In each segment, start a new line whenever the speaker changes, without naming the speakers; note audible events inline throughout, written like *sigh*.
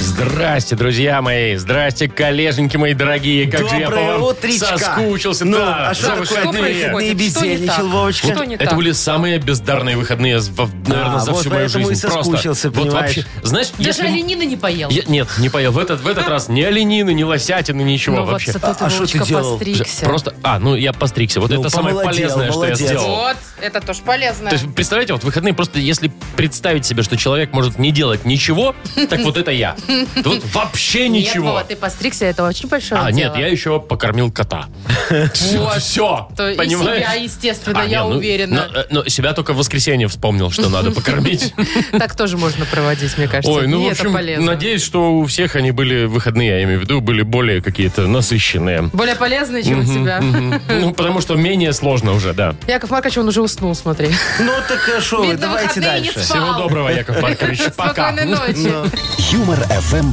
Здрасте, друзья мои. Здрасте, коллеженьки мои дорогие. Как же я по
Доброе
вам
утречко.
соскучился.
Ну,
да,
а что
за
такое?
выходные.
Ну, происходит? Ты бездельничал,
Что не так?
Вовочка.
Что не
Это
так?
были самые бездарные выходные, в- в- наверное,
А,
за
вот
всю мою
поэтому
жизнь.
и
Просто.
соскучился,
Вот
понимаешь?
вообще, знаешь,
Даже
если-
оленина не поел.
Я- нет, не поел. В этот, в этот раз ни оленины, ни лосятины, ничего
Ну вот,
вообще.
зато ты,
А что ты
Вовочка,
делал?
постригся.
Просто, а, ну я постригся. Вот
Ну,
это самое
помолодел,
полезное, что я
молодец.
сделал.
Вот, это тоже полезно.
То есть, представляете, вот выходные просто, если представить себе, что человек может не делать ничего, так вот это я. Вот вообще
Нет, ну
ничего.
Вова, ты постригся, это очень большое
А,
дело.
нет, я еще покормил
*laughs*
кота. Все,
То и
понимаешь?
себя, естественно,
А, не,
я
ну,
уверена.
Но, э, но себя только в воскресенье вспомнил, что надо
*laughs*
покормить.
Так тоже можно проводить, мне кажется.
Ой, ну,
И
в
это
общем,
полезно.
надеюсь, что у всех они были выходные, я имею в виду, были более какие-то насыщенные.
Более полезный, чем у тебя.
Мгм. *laughs* Ну, потому что менее сложно уже, да.
Яков Маркович, он уже уснул, смотри.
Ну так хорошо,
Видно,
давайте
выходные не
дальше.
спал.
Всего доброго, Яков
*laughs*
Маркович. Пока. *laughs*
Спокойной ночи.
Ну,
Юмор ФМ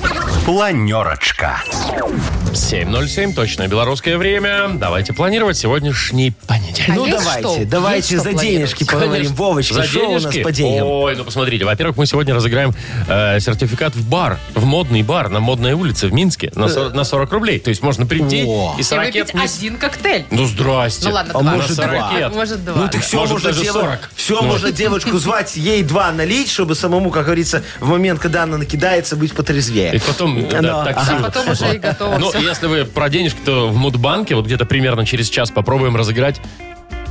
Планерочка.
7.07, точное белорусское время. Давайте планировать сегодняшний понедельник.
А
Ну
есть что?
давайте,
Есть
давайте
что
за
планировать?
денежки поговорим.
Конечно.
Вовочка,
За
что у нас
денежки?
по деньгам?
Ой, ну посмотрите, во-первых, мы сегодня разыграем э, сертификат в бар, в модный бар на модной улице в Минске на 40, на 40 рублей. То есть можно прийти
О.
и
И
40
выпить
не с-
один коктейль.
Ну здрасте.
Ну ладно,
А
два.
может,
На 40
два.
лет.
Может, два.
Ну так все
Может,
можно
даже
дело-
40.
Все
Ну.
можно девочку звать, ей два налить, чтобы самому, как говорится, в момент, когда она накидается, быть потрезвее.
И потом, да,
Ну,
так
ага.
сильно.
А потом уже и готово
Ну,
всё.
если вы про денежки, то в Мудбанке вот где-то примерно через час попробуем разыграть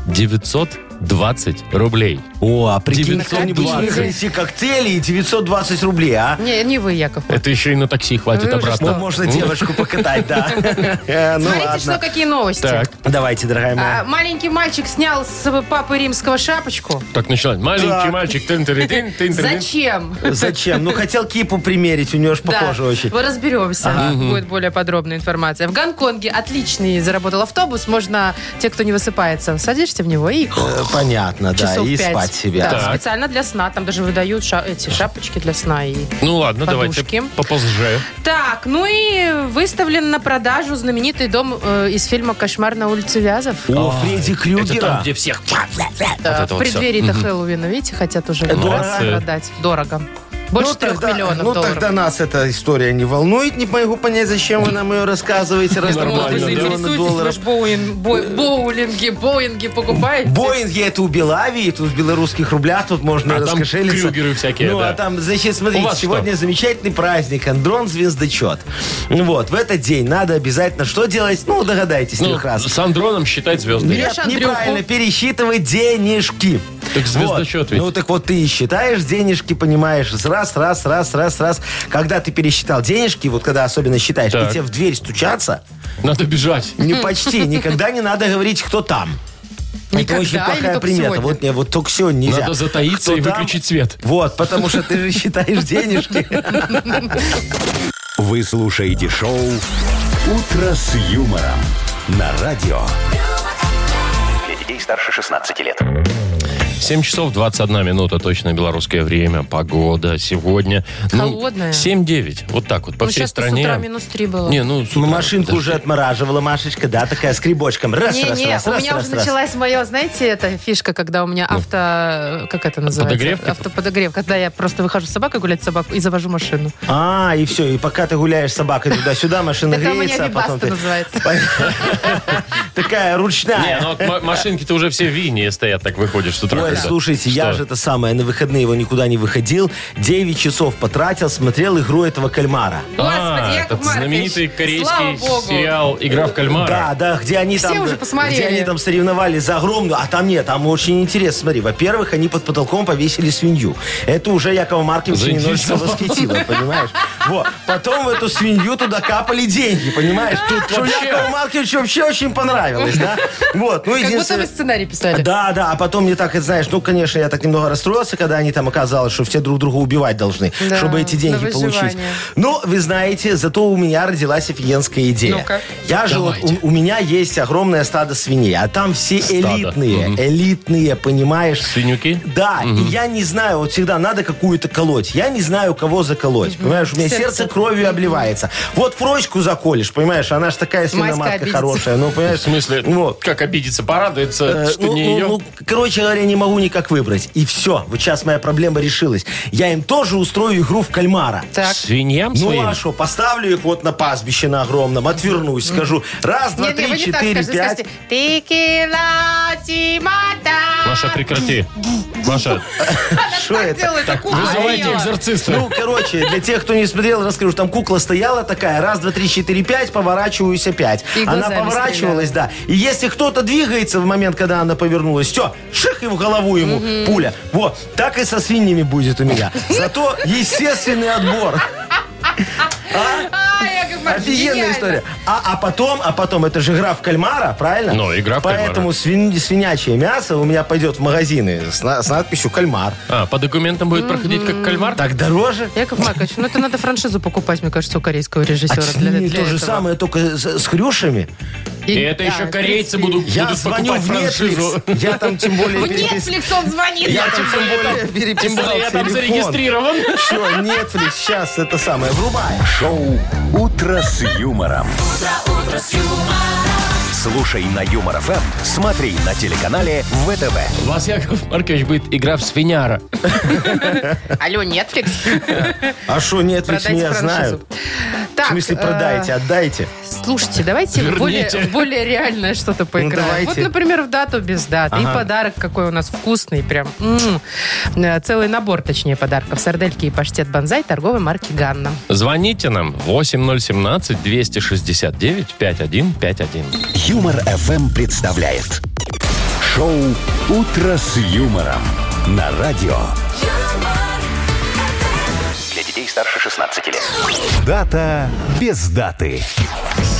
920 рублей.
О, а прикинь,
920.
кто-нибудь выиграете коктейли и 920 рублей, а?
*laughs* Не, не вы, Яков Маркович.
Это еще и на такси хватит
Вы уже
обратно.
Ну, можно девочку
*laughs*
покатать, да. Э, Ну
Смотрите, что
ладно.
какие новости.
Так,
Давайте, дорогая
А,
моя.
маленький мальчик снял с папы римского шапочку.
так начинать. Маленький
Так.
мальчик. тын-тыры-тын, тын-тыры-тын.
Зачем?
Зачем? Ну, хотел кипу примерить, у нее ж похоже очень.
мы разберемся. Будет более подробная информация. В Гонконге отличный заработал автобус. Можно, те, кто не высыпается, садишься в него и
Э, Понятно, да,
часов
и
пять.
спать
Да,
себя.
Так.
специально для сна. Там даже выдают ша- эти шапочки для сна. И...
Ну ладно, давайте
Подушки.
попозже.
Так, ну и выставлен на продажу знаменитый дом э, из фильма «Кошмар на улице Вязов».
О, Фредди
Это там,
Крюгера.
где всех...
Э,
это
Ну, в
вот всё.
преддверии-то Хэллоуина, видите, хотят уже
Дорого.
продать. Дорого. Больше
Ну,
трех
тогда-
миллионов
Ну,
долларов.
тогда нас эта история не волнует. Не могу понять, зачем вы нам ее рассказываете. раз
Ну,
там
вы
Нормально, да.
миллионы
заинтересуетесь, вы
долларов.
ж боуин- бо- боулинги, боинги покупаете?
Боинги это у Белавии, тут в белорусских рублях, тут можно
А там
раскошелиться.
крюгеры всякие,
Ну,
да.
а там, значит,
У
смотрите,
вас
сегодня замечательный праздник, Андрон звездочет. Вот, в этот день надо обязательно что делать? Ну, догадайтесь,
Ну,
трех раз.
с Андроном считать звезды.
Нет.
Нет,
Берешь
неправильно,
Андрюху.
пересчитывай денежки.
Так звездочет
Вот.
ведь.
Ну так вот ты и считаешь денежки, понимаешь, раз, раз, раз, раз, раз. Когда ты пересчитал денежки, вот когда особенно считаешь,
Так.
и тебе в дверь стучаться,
Надо бежать.
не почти, никогда не надо говорить, кто там.
Никогда
это очень
или
плохая
только
примета.
сегодня?
Вот не, вот только сегодня нельзя.
Надо затаиться
Кто
и
там?
выключить свет.
Вот, потому что ты же
*laughs*
считаешь денежки.
Вы слушаете шоу «Утро с юмором» на радио. Для детей старше 16 лет.
7 часов 21 минута, точно белорусское время, погода сегодня. Ну,
Холодная.
7-9, вот так вот, по
Ну,
всей
сейчас с
стране.
утра минус три было.
Не, ну, с
Ну,
утра,
машинку
подожди.
уже отмораживала Машечка, да, такая с грибочком. Раз,
Не,
раз,
не,
раз,
у
раз,
меня
раз,
уже
раз.
началась моя, знаете, эта фишка, когда у меня
Ну.
авто... э, Как это называется?
Подогрев, типа?
Автоподогрев. Когда я просто выхожу с собакой гулять с собакой и завожу машину.
А, и все, и пока ты гуляешь с собакой туда-сюда, машина
Это у меня
греется, а потом
вибаста
ты...
называется.
*laughs* Такая
Не,
ручная.
ну вот ма- машинки-то уже все в Вине стоят, так выходишь с утра.
Ой,
когда.
слушайте, я
Что?
же это самое, на выходные его никуда не выходил, 9 часов потратил, смотрел игру этого кальмара.
Господи,
А,
Яков
этот
Маркович,
знаменитый
слава
корейский
богу.
сериал «Игра в кальмара».
Да, да, где они
Все
там...
уже посмотрели.
Где они там соревновались за огромную, а там нет, там очень интересно. Смотри, во-первых, они под потолком повесили свинью. Это уже Якова Марковича немножечко
Заинтересовало.
восхитило, понимаешь? Вот. Потом в эту свинью туда капали деньги, понимаешь? Тут что
вообще-
Якову Марковичу вообще очень понравилось, да? Вот. Ну,
Как будто
единственное-
вы сценарий писали.
да, да, а потом мне так, это, знаешь, ну, конечно, я так немного расстроился, когда они там оказалось, что все друг друга убивать должны,
Да,
чтобы эти деньги
на
получить.
выживание.
Но, вы знаете, зато у меня родилась офигенская идея.
Ну-ка.
Я же, вот,
Давайте.
у, у меня есть огромное стадо свиней, а там все
Стадо.
элитные, элитные, понимаешь?
Свинюки?
Да, и я не знаю, вот всегда надо какую-то колоть. Я не знаю, кого заколоть. Понимаешь, у меня
Сердце.
сердце, кровью обливается. Вот Фрочку заколешь, понимаешь, она же такая свиноматка
обидится.
хорошая. Ну,
В
понимаешь?
смысле,
Вот.
как обидится, порадуется,
Э,
что
ну,
не
ну,
ее?
ну, короче говоря, не могу никак выбрать. И все. Вот сейчас моя проблема решилась. Я им тоже устрою игру в кальмара.
Так.
Свиньям
Ну
своим?
а что, поставлю их вот на пастбище на огромном, отвернусь, скажу. Раз, два,
Нет, нет, вы
три,
не так скажете,
четыре, пять.
скажете. Текила тимата.
Маша, прекрати. Маша,
Что
Так
это?
делает, так кукла
вызывайте
горела.
экзорциста.
Ну, короче, для тех, кто не смотрел, расскажу. Там кукла стояла такая, раз, два, три, четыре, пять, поворачиваюсь опять.
И
она
глазами
поворачивалась, да. И если кто-то двигается в момент, когда она повернулась, все, ших и в голову ему пуля. Вот, так и со свиньями будет у
*laughs*
меня. Зато естественный отбор.
А, Яков Маркович,
Офигенная
гениально.
история. А, а потом, а потом, это же игра в кальмара, правильно?
Ну, игра в кальмара.
Поэтому свин- свинячее мясо у меня пойдет в магазины с, на- с надписью «кальмар».
А, по документам будет проходить как кальмар?
Так дороже.
Яков Маркович, ну это надо франшизу покупать, мне кажется, у корейского
А
режиссера. для,
свиньи
для
то же
этого.
самое, только с, с хрюшами.
И это
да,
еще
в
корейцы
принципе.
будут,
Я
будут
звоню
покупать
в
франшизу.
Netflix. Я там тем более
В
перепис-
Netflix он звонит.
Я
Яков
там тем
Маркович.
более переписал
Тем более я там
телефон.
зарегистрирован.
Все, Netflix, сейчас это самое, врубай.
Шоу «Утро с юмором». Слушай на Юмор ФМ, смотри на телеканале ВТВ.
У вас, Яков Маркович, будет игра в свиняра.
Алло, Netflix?
А что, Netflix,
Продайте
не
франшизу.
знаю. В
Так,
смысле,
э,
продайте, отдайте.
Слушайте, давайте в более,
Верните.
в более реальное что-то поиграем.
Ну, давайте.
вот, например, в дату без даты. И подарок какой у нас вкусный, прям. м. Э, Целый набор, точнее, подарков. Сардельки и паштет банзай торговой марки «Ганна».
Звоните нам 8017-269-5151.
Юмор ФМ представляет. Шоу «Утро с юмором» на радио.
Для детей старше 16 лет.
Дата без даты.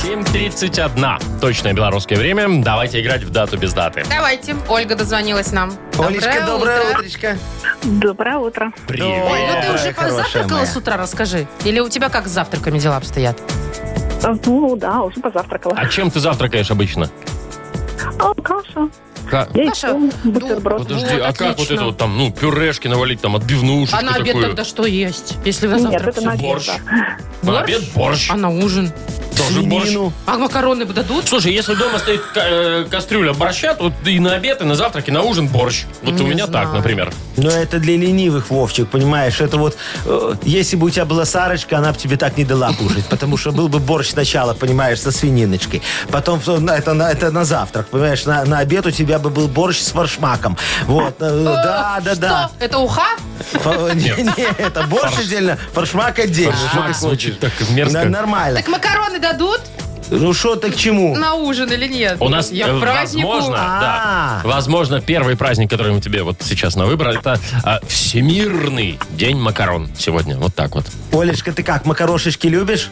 7.31. Точное белорусское время. Давайте играть в дату без даты.
Давайте. Ольга дозвонилась нам.
Олечка, доброе утречко.
Доброе утро.
Ой, ну ты
Доброе, хорошая
уже позавтракала
моя.
с утра, расскажи. Или у тебя как с завтраками дела обстоят?
Ну да, уже позавтракала.
А чем ты завтракаешь обычно?
А, каша,
Ка-
Каша,
яйцо, бутерброд.
Подожди,
Ну, Вот,
а как вот
отлично.
это вот там, ну, пюрешки навалить, там, отбивнушечку
А на обед
такую?
тогда что есть? Если на
Нет,
завтрак
это на
всё?
обед,
борщ.
да.
На обед борщ.
А на ужин?
Тоже борщ.
Свинину.
А макароны дадут?
Слушай, если дома стоит ка- э, кастрюля борща, то вот и на обед, и на завтрак, и на ужин борщ. Вот
Не
у меня так,
знаю.
например.
Но это для ленивых, Вовчик, понимаешь? Это вот, э, если бы у тебя была Сарочка, она бы тебе так не дала кушать, потому что был бы борщ сначала, понимаешь, со свининочкой. Потом э, на- это на, это на завтрак, понимаешь? На, на обед у тебя бы был борщ с форшмаком. Вот, э, да, да,
Что?
да. Э.
Это уха?
Фа- Не, не, это борщ отдельно, форшмак
А,
отдельно. Что ты хочешь?
так
Н-
мерзко.
Нормально.
Так макароны дадут
Ну что ты к чему?
на ужин или нет?
У нас,
Я
э,
к празднику.
возможно, да,
А.
возможно, первый праздник, который мы тебе вот сейчас на выбор, это а, Всемирный день макарон сегодня. Вот так вот.
Олечка, ты как, макарошечки любишь?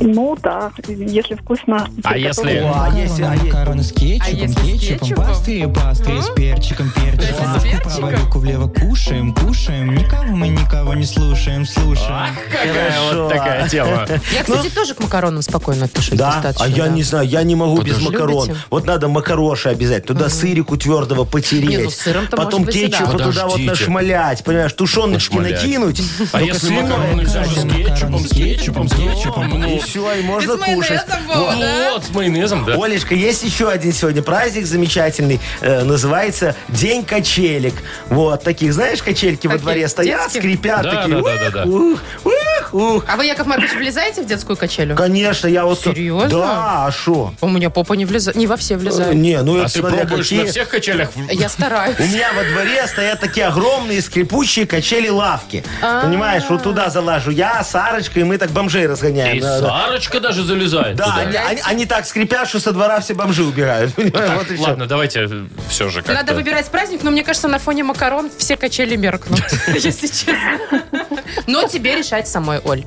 Ну да, если вкусно.
А если-
приготовлю.
О, а если- а е-
макароны с
А если
кетчупом,
с
кетчупом,
кетчупом?
пасты, пасты, с перчиком, перчиком.
То есть с
Лавку
перчиком?
Право, руку влево кушаем, кушаем. Никого мы никого не слушаем, слушаем.
Какая
Хорошо.
вот такая тема.
Я, кстати, тоже к макаронам спокойно отношусь
Ну. Да,
достаточно.
а я
да.
не знаю, я не могу без
Подожди.
макарон.
Любите?
Вот надо макароши обязательно, туда сырику твердого потереть.
Не, ну с сыром-то,
Потом
может быть, и да.
кетчупа туда вот
Подождите.
нашмалять, понимаешь, тушеночки
Нашмалять.
накинуть.
А
ну-ка
если
с лимоном,
макароны взять с
макароны
кетчупом,
с
с кетчупом, с кетчупом, ну,
И все, и можно
Ты с майонезом
кушать.
была,
Вот.
да?
ну вот, с майонезом, да.
Олечка, есть еще один сегодня праздник замечательный, э, называется День качелек. Вот, таких, знаешь, качельки во
Таких
дворе стоят,
детских?
скрипят,
Да,
такие,
да, да, да, да.
ух, ух, ух.
А вы, Яков Маркович, влезаете в детскую качелю?
Конечно, я вот...
Серьезно?
Да, а что?
У меня попа не влезает. Не во все влезает.
Не, ну
А
это
ты
смотря
пробуешь
какие.
на всех качелях?
Я стараюсь.
У меня во дворе стоят такие огромные скрипучие качели-лавки. Понимаешь, вот туда залажу я, Сарочка, и мы так бомжей разгоняем.
И
Да, да.
Сарочка даже залезает
Да,
туда.
они, они- они так скрипят, что со двора все бомжи убегают.
Э,
Понимаешь, вот и всё.
Ладно, давайте э, все же как-то.
*laughs*
Надо выбирать праздник, но мне кажется, на фоне макарон все качели меркнут, если честно. Но тебе решать самой, Оль.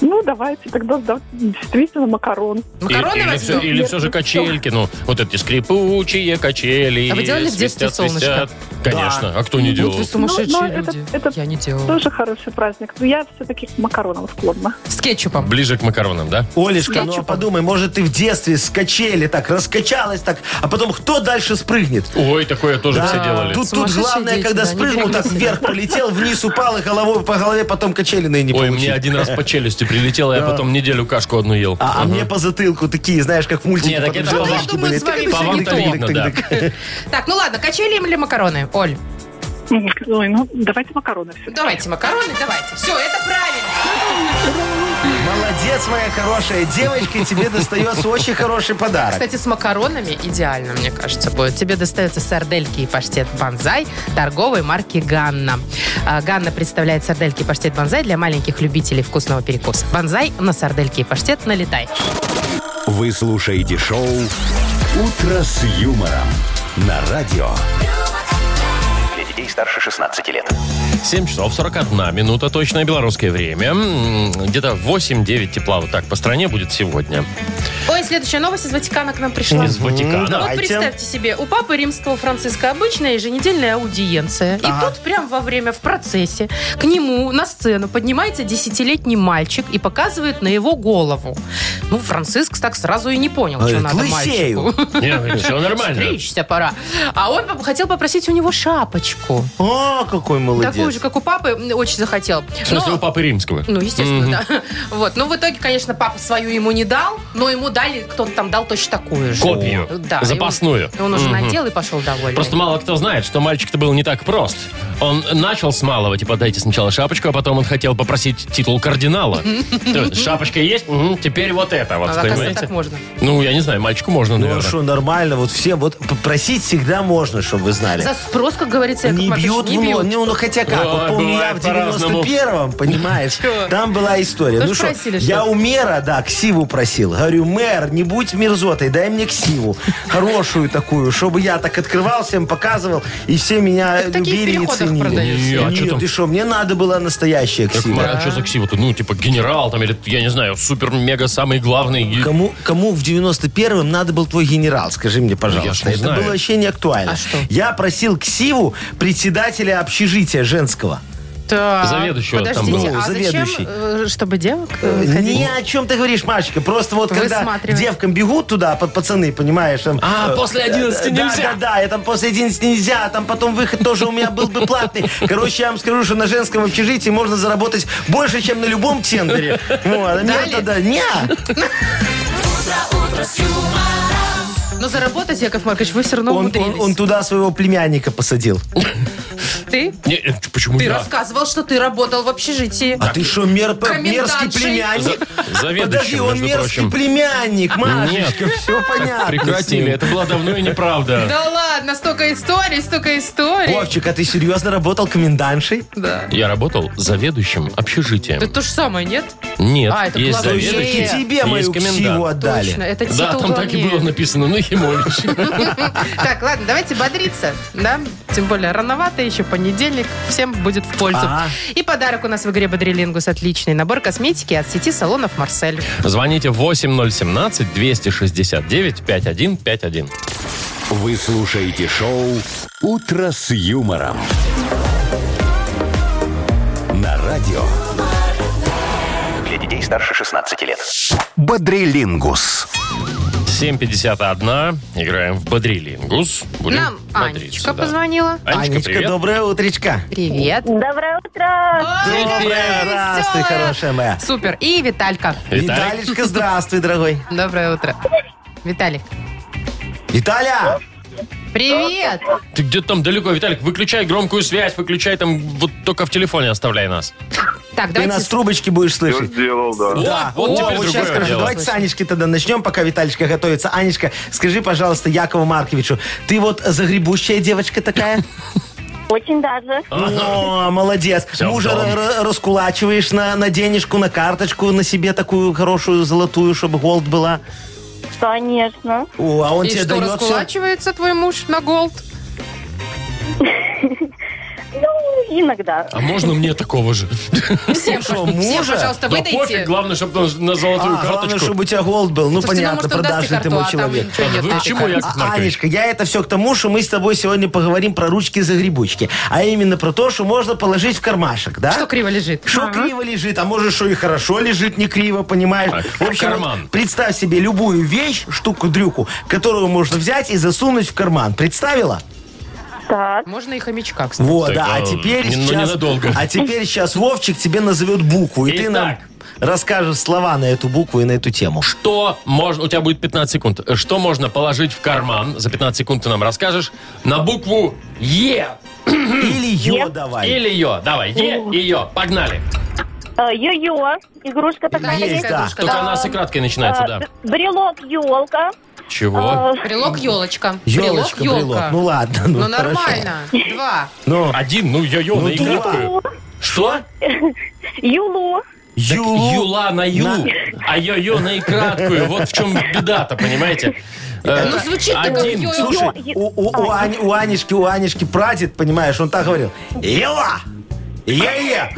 Ну, давайте тогда да, действительно макарон. Ну,
Макароны
или, все,
возьмем?
или все же качельки, ну, вот эти скрипучие качели.
А вы делали в детстве
свистят,
солнышко?
свистят. Конечно, а кто не
Вот
делал?
вы сумасшедшие
Ну, ну, это-
люди.
это
Я не делала.
Тоже хороший праздник. Но я все-таки к макаронам склонна.
С кетчупом.
Ближе к макаронам, да?
Олечка,
Скачу
ну а подумай, может, ты в детстве скачели так, раскачалась так, а потом кто дальше спрыгнет?
Ой, такое тоже все делали.
Тут, тут
Сумасшедшие
главное,
дети,
когда
да, не
спрыгнул, так
перегнись.
вверх полетел, вниз упал, и головой по голове потом качелиной не
Ой,
получил.
мне один *laughs* раз по челюсти прилетело, я потом неделю кашку одну ел.
А, а мне по затылку такие, знаешь, как мультики.
Не, так
потом
это
звездочки
по вам-
думаю,
были.
с вами
Тык-тык-тык-тык-тык-тык-тык.
по вам-то видно, да.
Так, ну ладно, качели или макароны, Оль?
М, Ой, ну, давайте макароны все.
Давайте макароны, давайте. Все, это правильно.
Молодец, моя хорошая девочка, и тебе достается очень хороший подарок.
Кстати, с макаронами идеально, мне кажется, будет. Тебе достается сардельки и паштет «Банзай» торговой марки «Ганна». А, «Ганна» представляет сардельки и паштет «Банзай» для маленьких любителей вкусного перекуса. «Банзай» на сардельки и паштет налетай.
Вы слушаете шоу «Утро с юмором» на радио.
Для детей старше 16 лет.
7 часов 41 минута, точное белорусское время. М, Где-то 8-9 тепла вот так по стране будет сегодня.
Ой, следующая новость из Ватикана к нам пришла.
Из Ватикана.
Вот
Давайте.
представьте себе, у папы римского Франциска обычная еженедельная аудиенция. И
Ага.
тут прям во время, в процессе, к нему на сцену поднимается десятилетний мальчик и показывает на его голову. Ну, Франциск так сразу и не понял,
Говорит,
что надо
«Лысею».
мальчику.
*laughs* Не, все А нормально.
Стричься пора. А он поп- хотел попросить у него шапочку.
О, какой
Такую же,
молодец.
как у папы, м, очень захотел.
В смысле, у
Но-
Папы Римского.
ну, естественно,
Мгм.
да. *laughs* Вот. Ну, в итоге, конечно, папа свою ему не дал, но ему дали, кто-то там дал точно такую же.
Копию.
Да.
Запасную.
И он, и он уже
Мгм.
надел и пошел довольный.
Просто мало кто знает, что мальчик-то был не так прост. Он начал с малого, типа, дайте сначала шапочку, а потом он хотел попросить титул кардинала. То есть, Шапочка есть, Мгм, теперь вот это вот,
А, оказывается, так
понимаете?
можно.
Ну, я не знаю, мальчику можно,
Ну а
наверное.
что, нормально, вот всем, вот попросить всегда можно, чтобы вы знали.
За спрос, как говорится, Яков
Не
Маркович,
бьют
не
в лоб.
бьют.
Ну, ну хотя как.
Ну,
вот помню, я
бывает
в
по-разному. *laughs*
91-м, понимаешь, там была история.
Ну,
Ну что,
спросили, что
я
ли?
у мэра, да, ксиву просил. Говорю, мэр, не будь мерзотой, дай мне ксиву. Хорошую такую, чтобы я так открывал, всем показывал, и все меня
Так в таких
любили и
переходах
ценили.
продаются.
Не, а чё
Нет,
там?
ты что, мне надо была настоящая
Яков
ксива.
Маркович, а что за ксива Ну, типа, генерал там, или, я не знаю, супер-мега самый главный. И-
Кому, кому в 91-м надо был твой генерал? Скажи мне, пожалуйста.
Ну, не
Это
знаю.
было вообще не актуально.
А что?
Я просил ксиву председателя общежития женского.
Так,
Заведующего там
было.
Подождите, а зачем,
Заведующий.
э, чтобы девок э, ходить?
Ни о чем ты говоришь, Машечка. Просто вот когда
Высматривать.
девкам бегут туда, па- пацаны, понимаешь, там...
А,
э,
после 11
да,
нельзя.
Да, да, я там после 11 нельзя, а там потом выход тоже у меня был бы платный. Короче, я вам скажу, что на женском общежитии можно заработать больше, чем на любом тендере. Вот, а мне
Дали?
тогда- не.
Но заработать, Яков Маркович, вы все равно
Он,
умудрились.
он- он туда своего племянника посадил.
Ты?
Не, э, ч- почему
Ты
я?
рассказывал, что ты работал в общежитии.
А ты что, мер- мерзкий
Комендантшей.
племянник? Подожди,
Заведующим,
он
между
мерзкий
прочим.
племянник, Машечка, все понятно. с
Прекратили,
ним.
это было давно и неправда.
Да ладно, столько историй, столько историй.
Вовчик, а ты серьезно работал комендантшей?
Да.
Я работал заведующим
Это
общежитием.
то же самое, нет?
Нет,
А, это
есть
Да,
То есть
классический.
заведующий.
все-таки тебе
Есть
мою
комендант.
ксиву отдали.
Точно, это титул
Да, там так и
главнее.
было написано, ну, Якимович.
Так, ладно, давайте бодриться, да? Тем более рановато, еще понедельник, всем будет в пользу.
Ага.
И подарок у нас в игре «Бодрилингус» отличный. Набор косметики от сети салонов «Марсель».
Звоните 8017-269-5151.
Вы слушаете шоу «Утро с юмором» на радио.
Для детей старше 16 лет.
Бодрилингус.
7.51. Играем в Бодрилингус. Будем
Нам
бодриться,
Анечка
да. А
позвонила.
Анечка,
Анечка,
привет.
доброе утречко.
Привет.
Доброе утро!
Ой, какая
Доброе, здравствуй,
веселая.
хорошая моя.
Супер. И Виталька.
Виталик.
Виталичка, здравствуй, дорогой.
Доброе утро. Виталик.
Виталя,
Привет.
Ты где-то там далеко. Виталик, выключай громкую связь, выключай там, вот только в телефоне оставляй нас.
Так,
ты нас
давайте...
в трубочке будешь слышать. Да,
вот
О,
теперь
вот
другое
сейчас скажу.
дело.
Давайте с Анечки тогда начнем, пока Виталичка готовится. Анечка, скажи, пожалуйста, Якову Марковичу, ты вот загребущая девочка такая?
Очень даже.
А?
О, молодец.
Всё
Мужа
в дом.
ра- ра- раскулачиваешь на, на денежку, на карточку, на себе такую хорошую золотую, чтобы голд была.
Конечно.
О, а он
И
тебе
что,
дает все.
раскулачивается твой муж на голд?
Ну, иногда.
А можно мне такого же?
Всем,
Что,
пож- всем,
мужа?
пожалуйста,
Да
выдайте.
пофиг, главное, чтобы на золотую
А, главное,
карточку.
чтобы у тебя голд был. Ну,
Слушайте, ну,
понятно,
может, он даст и
продажный ты
карту,
мой
а там
человек.
ничего нет,
Вы
да,
почему,
такая.
Яков
А,
Маркович?
Анечка, я это все к тому, что мы с тобой сегодня поговорим про ручки-загребучки. А именно про то, что можно положить в кармашек, да?
Что криво лежит?
Что криво лежит, а может, что и хорошо лежит, не криво, понимаешь?
Так,
в общем,
карман.
вот представь себе любую вещь, штуку-дрюку, которую можно взять и засунуть в карман. Представила?
Так.
Можно и хомячка, кстати.
Вот,
Так,
да. А
а,
теперь
не- ну,
сейчас...
ненадолго.
А теперь сейчас Вовчик тебе назовет букву, и ты нам
Итак.
расскажешь слова на эту букву и на эту тему.
Что можно... У тебя будет 15 секунд. Что можно положить в карман? За 15 секунд ты нам расскажешь. На букву Е. Хм.
Или ё давай.
Или Ё. Давай, Е и Ё. Погнали.
Э, Йо-йо. Игрушка такая
Есть,
есть.
Такая
да.
игрушка,
Только
да.
она с икраткой начинается,
Э,
да.
б- Брелок, елка.
а.
Чего?
Прилог елочка.
Елочка,
Прилог
брелок.
елка.
Ну ладно, *laughs* ну,
Ну,
хорошо.
нормально. Два.
Ну,
Один, ну Ё-Ё
Ну,
на икратку. Что?
Юлу.
Юлу.
Юла на Ю, а Ё-Ё на икратку. Вот в чем беда-то, понимаете? Э,
Ну, звучит-то как
Один.
Ё-Ё.
Слушай,
Ё-
у, у- у Ани- у Анишки, у Анишки прадед, понимаешь, он так говорил. Ела! Е-е!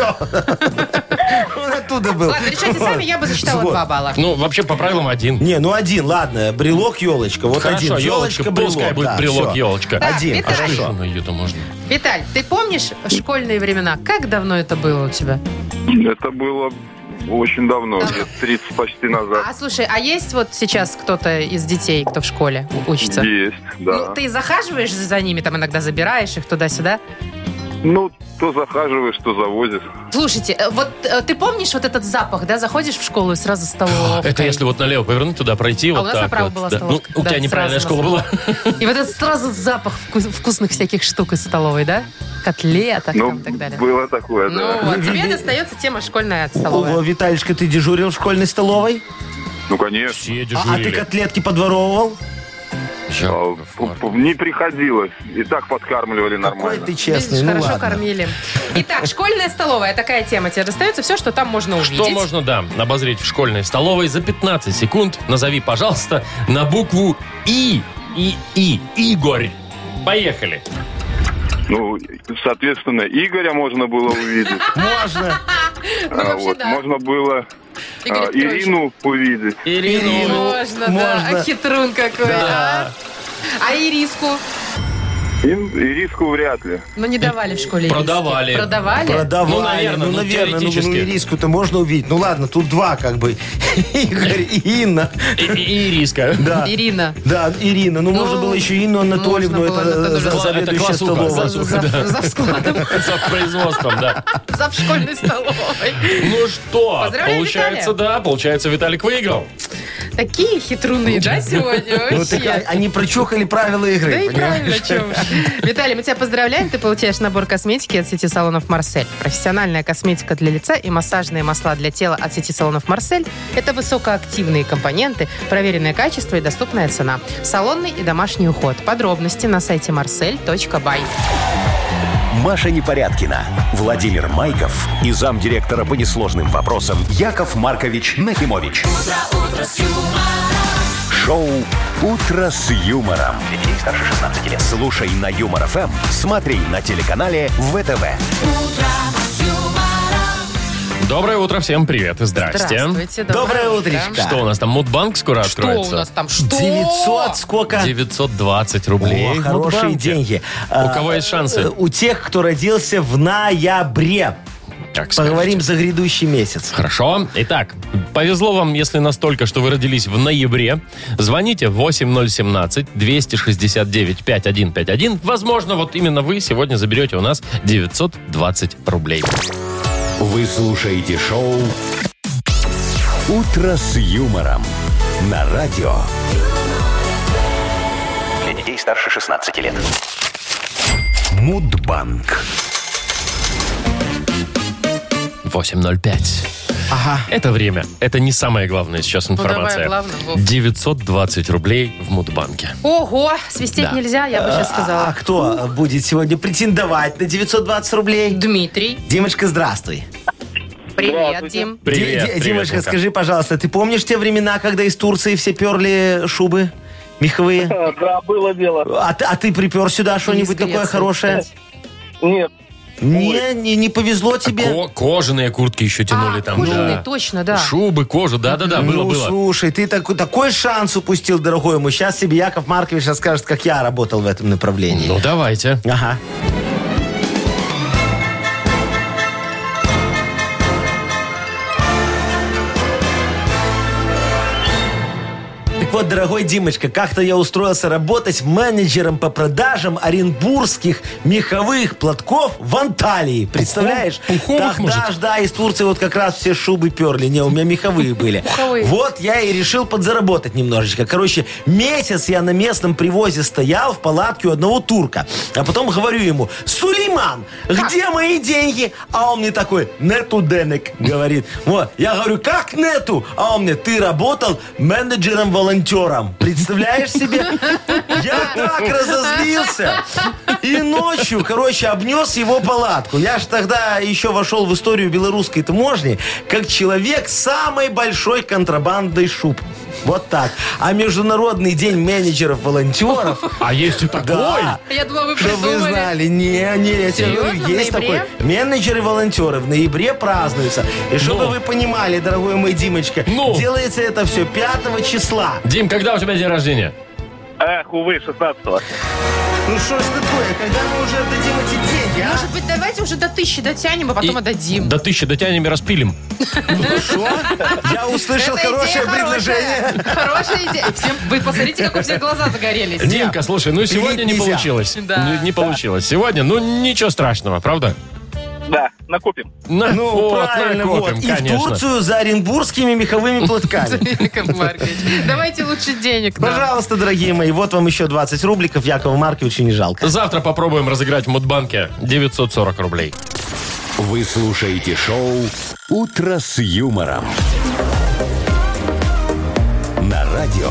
Йо-йо! *laughs* Он оттуда был.
Ладно, решайте сами,
*laughs*
я бы засчитала
Ну, Вот.
два балла.
Ну, вообще, по правилам один.
Не, ну один, ладно, брелок, елочка, вот один.
Хорошо, елочка,
брелок,
пускай будет
да,
брелок,
всё.
елочка.
Так,
Один, А
Виталий.
Что
хорошо.
на Ё-то можно?
Виталь, ты помнишь школьные времена? Как давно это было у тебя?
Это было очень давно, лет 30 почти назад.
А слушай, а есть вот сейчас кто-то из детей, кто в школе у- учится?
Есть, да.
Ну, ты захаживаешь за ними, там иногда забираешь их туда-сюда.
Ну, то захаживаешь, то завозишь.
Слушайте, э, вот э, ты помнишь вот этот запах, да? Заходишь в школу и сразу
А *gasps*
столовка.
Это если вот налево повернуть, туда пройти,
А
вот
у нас
так
направо
вот,
была
да. Ну,
столовка.
у
Да,
тебя неправильная
сразу
школа была.
И вот этот сразу запах вкус- вкусных всяких штук из столовой, да? Котлеток там
Ну,
и так далее.
было такое,
Ну
да.
вот, тебе достается тема школьная
О,
столовая.
Виталичка, ты дежурил в школьной столовой?
Ну, конечно.
Все
А, а ты
дежурили.
котлетки подворовывал?
а,
Яков
п-
Маркович.
п- Не приходилось. И так подкармливали
Какой
нормально.
ты
Видишь,
честный, ну
хорошо
ладно.
кормили. Итак, школьная столовая, такая тема. Тебе достается все, что там можно увидеть.
Что можно, да, обозреть в школьной столовой за 15 секунд? Назови, пожалуйста, на букву И. И, И. Игорь. Поехали.
Ну, соответственно, Игоря можно было увидеть.
Можно.
Ну,
А,
вообще,
вот,
да.
Можно было
Игорь
а,
Петрович.
Ирину увидеть.
Ирину.
Можно, да.
можно.
А хитрун какой,
Да.
а? А ириску?
И- Ириску вряд ли.
Ну, не давали в школе ириски.
Продавали.
Продавали?
Продавали.
Ну, наверное, ну,
ну,
теоретически.
ну, ириску-то можно увидеть. Ну, ладно, тут два, как бы. *laughs* Игорь и Инна.
И- и- Ириска.
Да.
Ирина.
Да, Ирина. Ну,
Ну,
можно было еще Инну Анатольевну,
можно было
это э,
Анатолию.
за-
Это
заведующая
классуха,
столовой.
классуха.
За, за складом,
*laughs* За производством, да.
за в школьной столовой.
Ну что,
Поздравляю,
получается,
Виталия.
да, получается, Виталик выиграл.
Такие хитруны, да, сегодня
Ну, так а-
вообще?
они прочухали правила игры.
Да и
понимаешь?
правильно, чем уж. Виталий, мы тебя поздравляем. Ты получаешь набор косметики от сети салонов «Марсель». Профессиональная косметика для лица и массажные масла для тела от сети салонов «Марсель» – это высокоактивные компоненты, проверенное качество и доступная цена. Салонный и домашний уход. Подробности на сайте marsel.by.
Маша Непорядкина, Владимир Майков и замдиректора по несложным вопросам Яков Маркович Нахимович. Шоу Утро с юмором. Для детей старше 16 лет. Слушай на юмор ФМ, смотри на телеканале ВТВ.
Доброе утро, всем привет и здрасте.
Здравствуйте.
Доброе
утро.
утречко.
Что у нас там, Мудбанк скоро
Что у
откроется?
нас там? Что?
900 сколько?
920
О,
рублей. в
хорошие
Мудбанке.
деньги. А, э,
У кого есть шансы?
У тех, кто родился в ноябре.
Как
Поговорим за грядущий месяц.
Хорошо. Итак, повезло вам, если настолько, что вы родились в ноябре. Звоните 8017-269-5151. Возможно, вот именно вы сегодня заберете у нас 920 рублей.
Вы слушаете шоу Утро с юмором на радио.
Для детей старше 16 лет.
Мудбанк.
8.05.
Ага.
Это время. Это не самая главная сейчас
Ну, давай,
информация.
главное, Вов.
920 рублей в Мудбанке.
Ого, свистеть
Да.
нельзя, я бы сейчас
А
сказала.
кто будет сегодня претендовать на 920 рублей?
Дмитрий,
Димочка, здравствуй.
привет, Дим.
Ди-
Привет.
Ди-
привет,
Димочка,
Лука.
скажи, пожалуйста, ты помнишь те времена, когда из Турции все перли шубы? Меховые?
Да, было дело.
А, ты- а ты припер сюда что-нибудь
Греции,
такое хорошее?
кстати.
Нет,
Не, не, не повезло тебе.
Ко- кожаные куртки еще тянули
А,
Ну, там.
кожаные,
да.
точно, да.
Шубы, кожа, да-да-да, было,
ну,
было.
слушай, ты таку- такой шанс упустил, дорогой мой. Сейчас тебе Яков Маркович расскажет, как я работал в этом направлении.
Ну, давайте.
Ага. Так вот, дорогой Димочка, как-то я устроился работать менеджером по продажам оренбургских меховых платков в Анталии. Представляешь?
пуховых,
Тогда
может?
ж, да, из Турции вот как раз все шубы перли. Не, у меня меховые были.
Пуховые.
Вот я и решил подзаработать немножечко. Короче, месяц я на местном привозе стоял в палатке у одного турка. А потом говорю ему, Сулейман, где мои деньги? А он мне такой, нету денег, говорит. Вот, я говорю, как нету? А он мне, ты работал менеджером-волонтером. Представляешь себе? Я так разозлился. И ночью, короче, обнес его палатку. Я ж тогда еще вошел в историю белорусской таможни как человек с самой большой контрабандой шуб. Вот так. А Международный день менеджеров-волонтеров...
А есть и такой.
Да.
Я думала, вы
Что вы
придумали.
знали? Не, не, я тебе говорю,
Серьезно, в
есть такой.
ноябре?
Менеджеры-волонтеры в ноябре празднуются. И чтобы
Ну.
вы понимали, дорогой мой Димочка,
Ну.
делается это все 5 числа.
Дим, когда у тебя день рождения?
эх, увы, 16-го.
Ну что ж такое, когда мы уже отдадим эти деньги, а?
Может быть, давайте уже до тысячи дотянем, а потом
И-
отдадим.
До тысячи дотянем и распилим.
Что? Я услышал
Это идея
хорошее
хорошая.
предложение.
Хорошая идея. Всем, вы посмотрите, как у всех глаза загорелись.
Димка, слушай, ну сегодня не
нельзя.
получилось.
Да.
Не- Не получилось. Сегодня, ну ничего страшного, правда?
Да, накупим.
На-
Ну,
вот,
правильно, вот.
накопим,
И
конечно.
в Турцию за оренбургскими меховыми
*laughs*
платками.
Яков Маркович, Давайте лучше денег. нам.
Пожалуйста, дорогие мои, вот вам еще 20 рубликов. Якова Марковича не жалко.
Завтра попробуем разыграть в Мудбанке 940 рублей.
Вы слушаете шоу «Утро с юмором». На радио.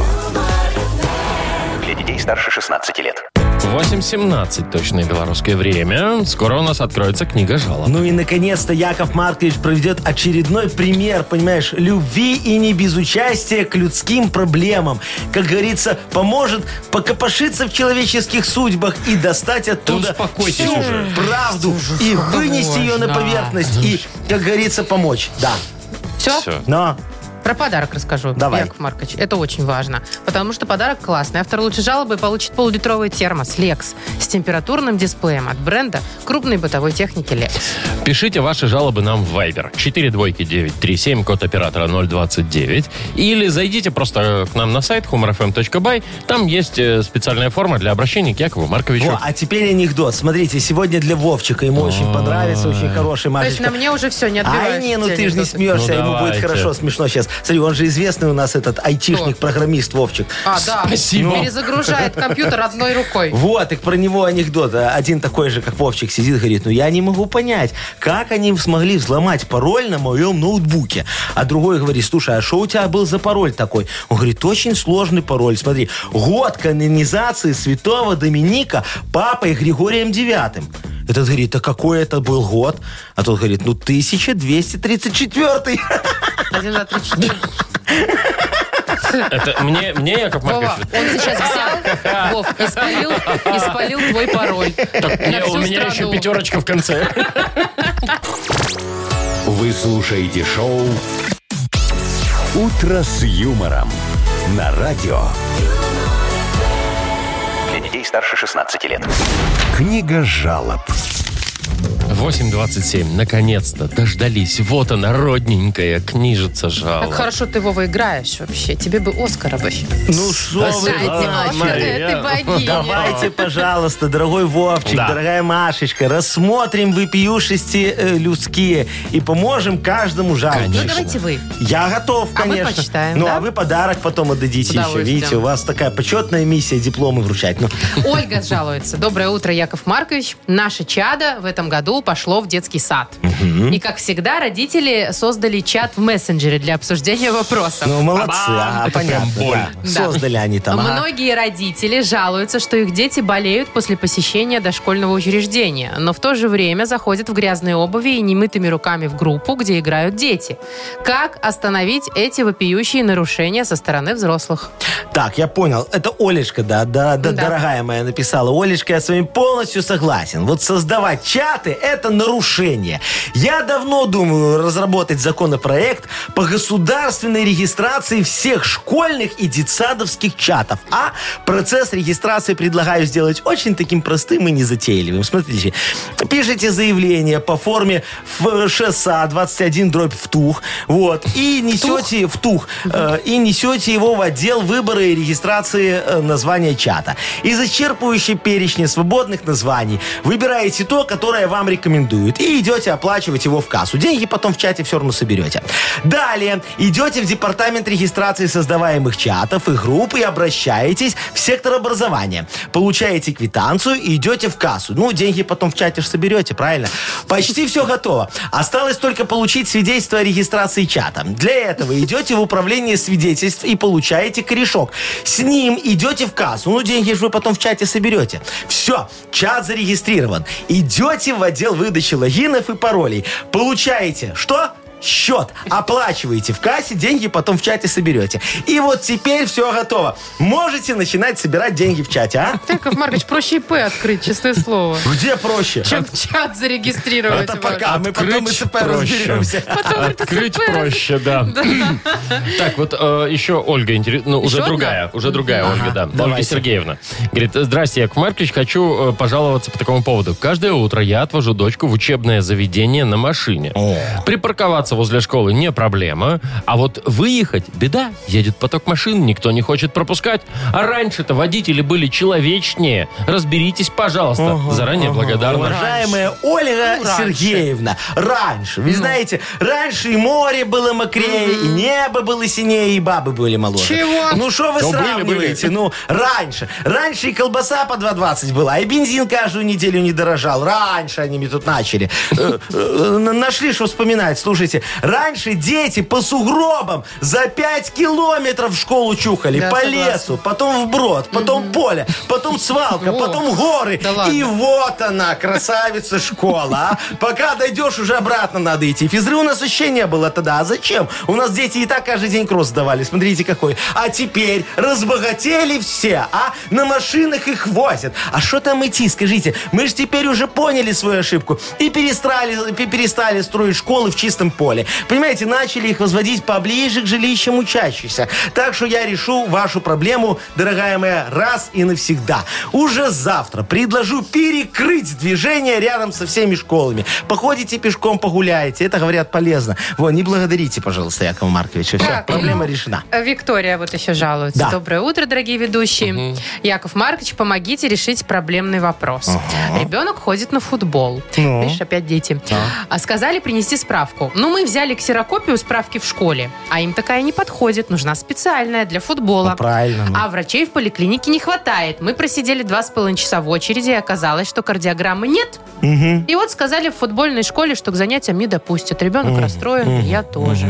Для детей старше 16 лет.
8.17 точное белорусское время. Скоро у нас откроется книга жалоб.
Ну и, наконец-то, Яков Маркович проведет очередной пример, понимаешь, любви и не без участия к людским проблемам. Как говорится, поможет покопошиться в человеческих судьбах и достать оттуда
успокойтесь
всю
уже.
правду и вынести ее на
можно.
поверхность и, как говорится, помочь. Да. Ну,
Все?
Все.
Но
Про подарок расскажу,
Давай.
Яков Маркович. Это очень важно, потому что подарок классный. Автор лучшей жалобы получит полулитровый термос Lex с температурным дисплеем от бренда крупной бытовой техники Lex.
Пишите ваши жалобы нам в Viber 42937, код оператора 029. Или зайдите просто к нам на сайт humorfm.by. Там есть э, специальная форма для обращения к Якову Марковичу.
Во, а теперь анекдот. Смотрите, сегодня для Вовчика. Ему очень
А.
понравится, очень хороший
То есть на
Машечка.
мне уже все, не отбиваешь.
Ай, не, ну
те
ты же не
анекдоты.
смеешься,
Ну,
а ему будет
давайте.
хорошо, смешно сейчас. Смотри, он же известный у нас этот айтишник, программист Вовчик.
А, да.
Спасибо.
Перезагружает компьютер одной рукой.
Вот, и про него анекдот. А Один такой же, как Вовчик, сидит, говорит, ну я не могу понять, как они смогли взломать пароль на моем ноутбуке. А другой говорит, слушай, а что у тебя был за пароль такой? Он говорит, очень сложный пароль. Смотри, год канонизации святого Доминика папой Григорием Девятым. Этот говорит, а какой это был год? А тот говорит, ну 1234.
Один, два, три, четыре.
Это мне, мне Яков
Вова,
Маркович?
он сейчас взял, Вов, испалил, испалил твой пароль.
Так,
На
мне- у
всю
меня еще
страну.
пятерочка в конце.
Вы слушаете шоу «Утро с юмором». На радио.
Для детей старше 16 лет.
Книга жалоб.
8.27. Наконец-то дождались. Вот она, родненькая книжица жалоб.
Как хорошо ты, Вова, играешь вообще. Тебе бы Оскара бы.
Ну что вы,
Дайте
Ай,
Оскара,
Мария.
ты богиня.
Давайте, пожалуйста, дорогой Вовчик,
Да.
дорогая Машечка, рассмотрим выпиющести э, людские и поможем каждому
Ну,
жалобщику.
давайте вы.
Я готов,
А мы
конечно.
почитаем,
ну,
да?
а вы подарок потом
С
отдадите еще.
удовольствием.
Видите, у вас такая почетная миссия дипломы вручать. Ну,
Ольга жалуется. Доброе утро, Яков Маркович. Наше чадо в этом году пошло в детский сад. И, как всегда, родители создали чат в мессенджере для обсуждения вопросов.
Ну, молодцы,
Ба-бам!
ага,
Это прям
понятно,
боль.
да.
Да.
Создали они там. а.
Многие родители жалуются, что их дети болеют после посещения дошкольного учреждения, но в то же время заходят в грязные обуви и немытыми руками в группу, где играют дети. Как остановить эти вопиющие нарушения со стороны взрослых?
Так, я понял. Это Олечка, да, да, да,
Да.
дорогая моя написала. Олечка, я с вами полностью согласен. Вот создавать чаты – это нарушение. Я давно думаю разработать законопроект по государственной регистрации всех школьных и детсадовских чатов. А процесс регистрации предлагаю сделать очень таким простым и незатейливым. Смотрите, пишите заявление по форме ФШСА 21 дробь втух, вот, и несете втух, э, и несете его в отдел выбора и регистрации э, названия чата. Из исчерпывающей перечня свободных названий выбираете то, которое вам рекомендуют, и идете оплачивать его в кассу. Деньги потом в чате все равно соберете. Далее идете в департамент регистрации создаваемых чатов и групп и обращаетесь в сектор образования. Получаете квитанцию и идете в кассу. Ну, деньги потом в чате ж соберете, правильно? Почти все готово. Осталось только получить свидетельство о регистрации чата. Для этого идете в управление свидетельств и получаете корешок. С ним идете в кассу. Ну, деньги же вы потом в чате соберете. Все, чат зарегистрирован. Идете в отдел выдачи логинов и паролей. Получаете что? счет, оплачиваете в кассе, деньги потом в чате соберете. И вот теперь все готово. Можете начинать собирать деньги в чате, а?
Яков Маркович, проще ИП открыть, честное слово.
Где проще?
Чем чат зарегистрировать.
Это
его.
пока, мы потом
Открыть
ИСП
проще.
разберемся.
Потом, говорит,
Открыть
«СП».
проще,
*laughs*
да. Так, вот э, еще Ольга, интерес- ну, уже
одна?
другая, уже другая Ольга, да. Ольга
давайте.
Сергеевна. Говорит, здрасте, Яков Маркович, хочу э, пожаловаться по такому поводу. Каждое утро я отвожу дочку в учебное заведение на машине. Припарковаться возле школы не проблема, а вот выехать – беда. Едет поток машин, никто не хочет пропускать. А раньше-то водители были человечнее. Разберитесь, пожалуйста. Заранее благодарна.
Уважаемая Ольга
Ну, раньше. Ну.
Сергеевна, раньше, вы знаете, раньше и море было мокрее, и небо было синее, и бабы были моложе.
Чего?
Ну что вы
Ну, были,
сравниваете? Ну, раньше. Раньше и колбаса по 2,20 была, и бензин каждую неделю не дорожал. Раньше они мне тут начали. Э, э, на- Нашли, что вспоминать. Слушайте, раньше дети по сугробам за 5 километров в школу чухали,
Да,
по
согласна.
лесу, потом вброд, потом поле, потом свалка,
Во.
потом горы.
Да ладно.
И вот она, красавица школа. а. Пока дойдешь, уже обратно надо идти. Физры у нас еще не было тогда. А зачем? У нас дети и так каждый день кросс давали. Смотрите какой. А теперь разбогатели все, а? На машинах их возят. А что там идти, скажите? Мы же теперь уже поняли свою ошибку и перестали, пе- перестали строить школы в чистом поле. Понимаете, начали их возводить поближе к жилищам учащихся. Так что я решу вашу проблему, дорогая моя, раз и навсегда. Уже завтра предложу перекрыть движение рядом со всеми школами. Походите пешком, погуляете. Это, говорят, полезно. Во, не благодарите, пожалуйста, Якова Марковича. Все,
Так,
проблема решена.
Э, Виктория вот еще жалуется.
Да.
Доброе утро, дорогие ведущие. Яков Маркович, помогите решить проблемный вопрос. Ребенок ходит на футбол.
Ну.
Видишь, опять дети. А сказали принести справку. Ну, мы взяли ксерокопию справки в школе, а им такая не подходит. Нужна специальная для футбола.
Ну, правильно, ну.
А врачей в поликлинике не хватает. Мы просидели два с половиной часа в очереди, и оказалось, что кардиограммы нет. И вот сказали в футбольной школе, что к занятиям не допустят. Ребенок расстроен, я тоже.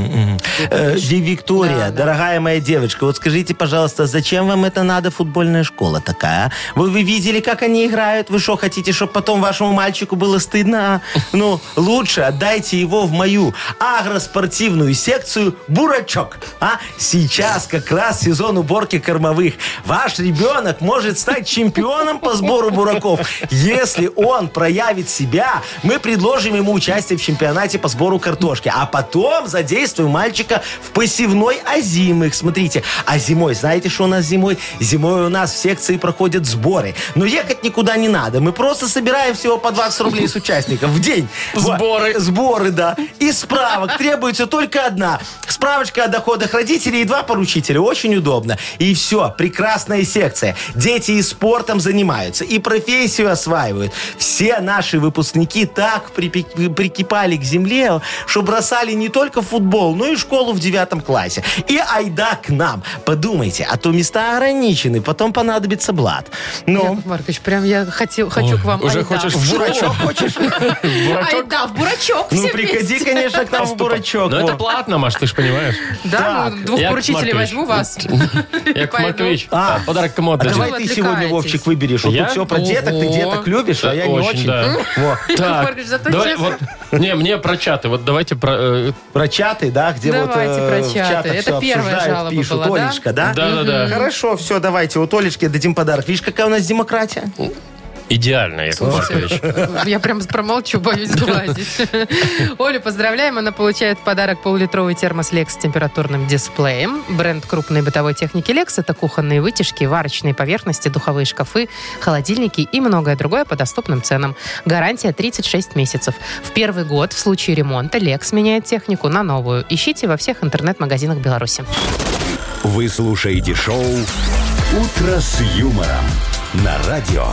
Э, Ви- Виктория,
Да, да.
дорогая моя девочка, вот скажите, пожалуйста, зачем вам это надо, футбольная школа такая? а? Вы, вы видели, как они играют? Вы что, хотите, чтобы потом вашему мальчику было стыдно? а? Ну, лучше отдайте его в мою агроспортивную секцию «Бурачок». А сейчас как раз сезон уборки кормовых. Ваш ребенок может стать чемпионом по сбору бураков. Если он проявит себя, мы предложим ему участие в чемпионате по сбору картошки. А потом задействуем мальчика в посевной озимых. Смотрите, а зимой, знаете, что у нас зимой? Зимой у нас в секции проходят сборы. Но ехать никуда не надо. Мы просто собираем всего по 20 рублей с участников в день. Вот.
Сборы.
Сборы, да. И справок требуется только одна. Справочка о доходах родителей и два поручителя. Очень удобно. И все, прекрасная секция. Дети и спортом занимаются, и профессию осваивают. Все наши выпускники так припи- прикипали к земле, что бросали не только футбол, но и школу в девятом классе. И айда к нам. Подумайте, а то места ограничены, потом понадобится блат. Ну,
Яков Маркович, прям я хотел, хочу к вам
Уже
айда.
хочешь в
дурачок
бурачок?
хочешь?
Ну, Айда, в бурачок все
Ну, приходи,
вместе.
конечно, к нам в дурачок.
Но
во.
Ну, это платно, Маш, ты же понимаешь.
Да, ну, двух
Яков
поручителей
Маркович.
возьму вас.
Яков
Пойду.
Маркович,
А.
подарок кому
А
отдадим?
давай
Чего
ты
вы
сегодня,
отвлекаетесь?
Вовчик, выберешь. Вот
Я?
Тут все про деток, ты
Ого.
деток любишь, а
Да,
я не очень.
да.
Во.
Яков
Так,
Маркович, зато
давай
честно.
вот- не, мне про чаты. Вот давайте про... э,
Про чаты, да, где
Давайте
вот
про
э, в
чаты.
чатах
Это
всё
первая
обсуждают,
жалоба
пишут.
была, да?
Олечка, да?
Да-да-да.
Хорошо, все, давайте. Вот Олечке дадим подарок. Видишь, какая у нас демократия?
идеально, Яков Маркович.
Я прям промолчу, боюсь сглазить. Олю поздравляем. Она получает в подарок полулитровый термос Lex с температурным дисплеем. Бренд крупной бытовой техники Lex – это кухонные вытяжки, варочные поверхности, духовые шкафы, холодильники и многое другое по доступным ценам. Гарантия 36 месяцев. В первый год в случае ремонта Lex меняет технику на новую. Ищите во всех интернет-магазинах Беларуси.
Вы слушаете шоу «Утро с юмором» на радио.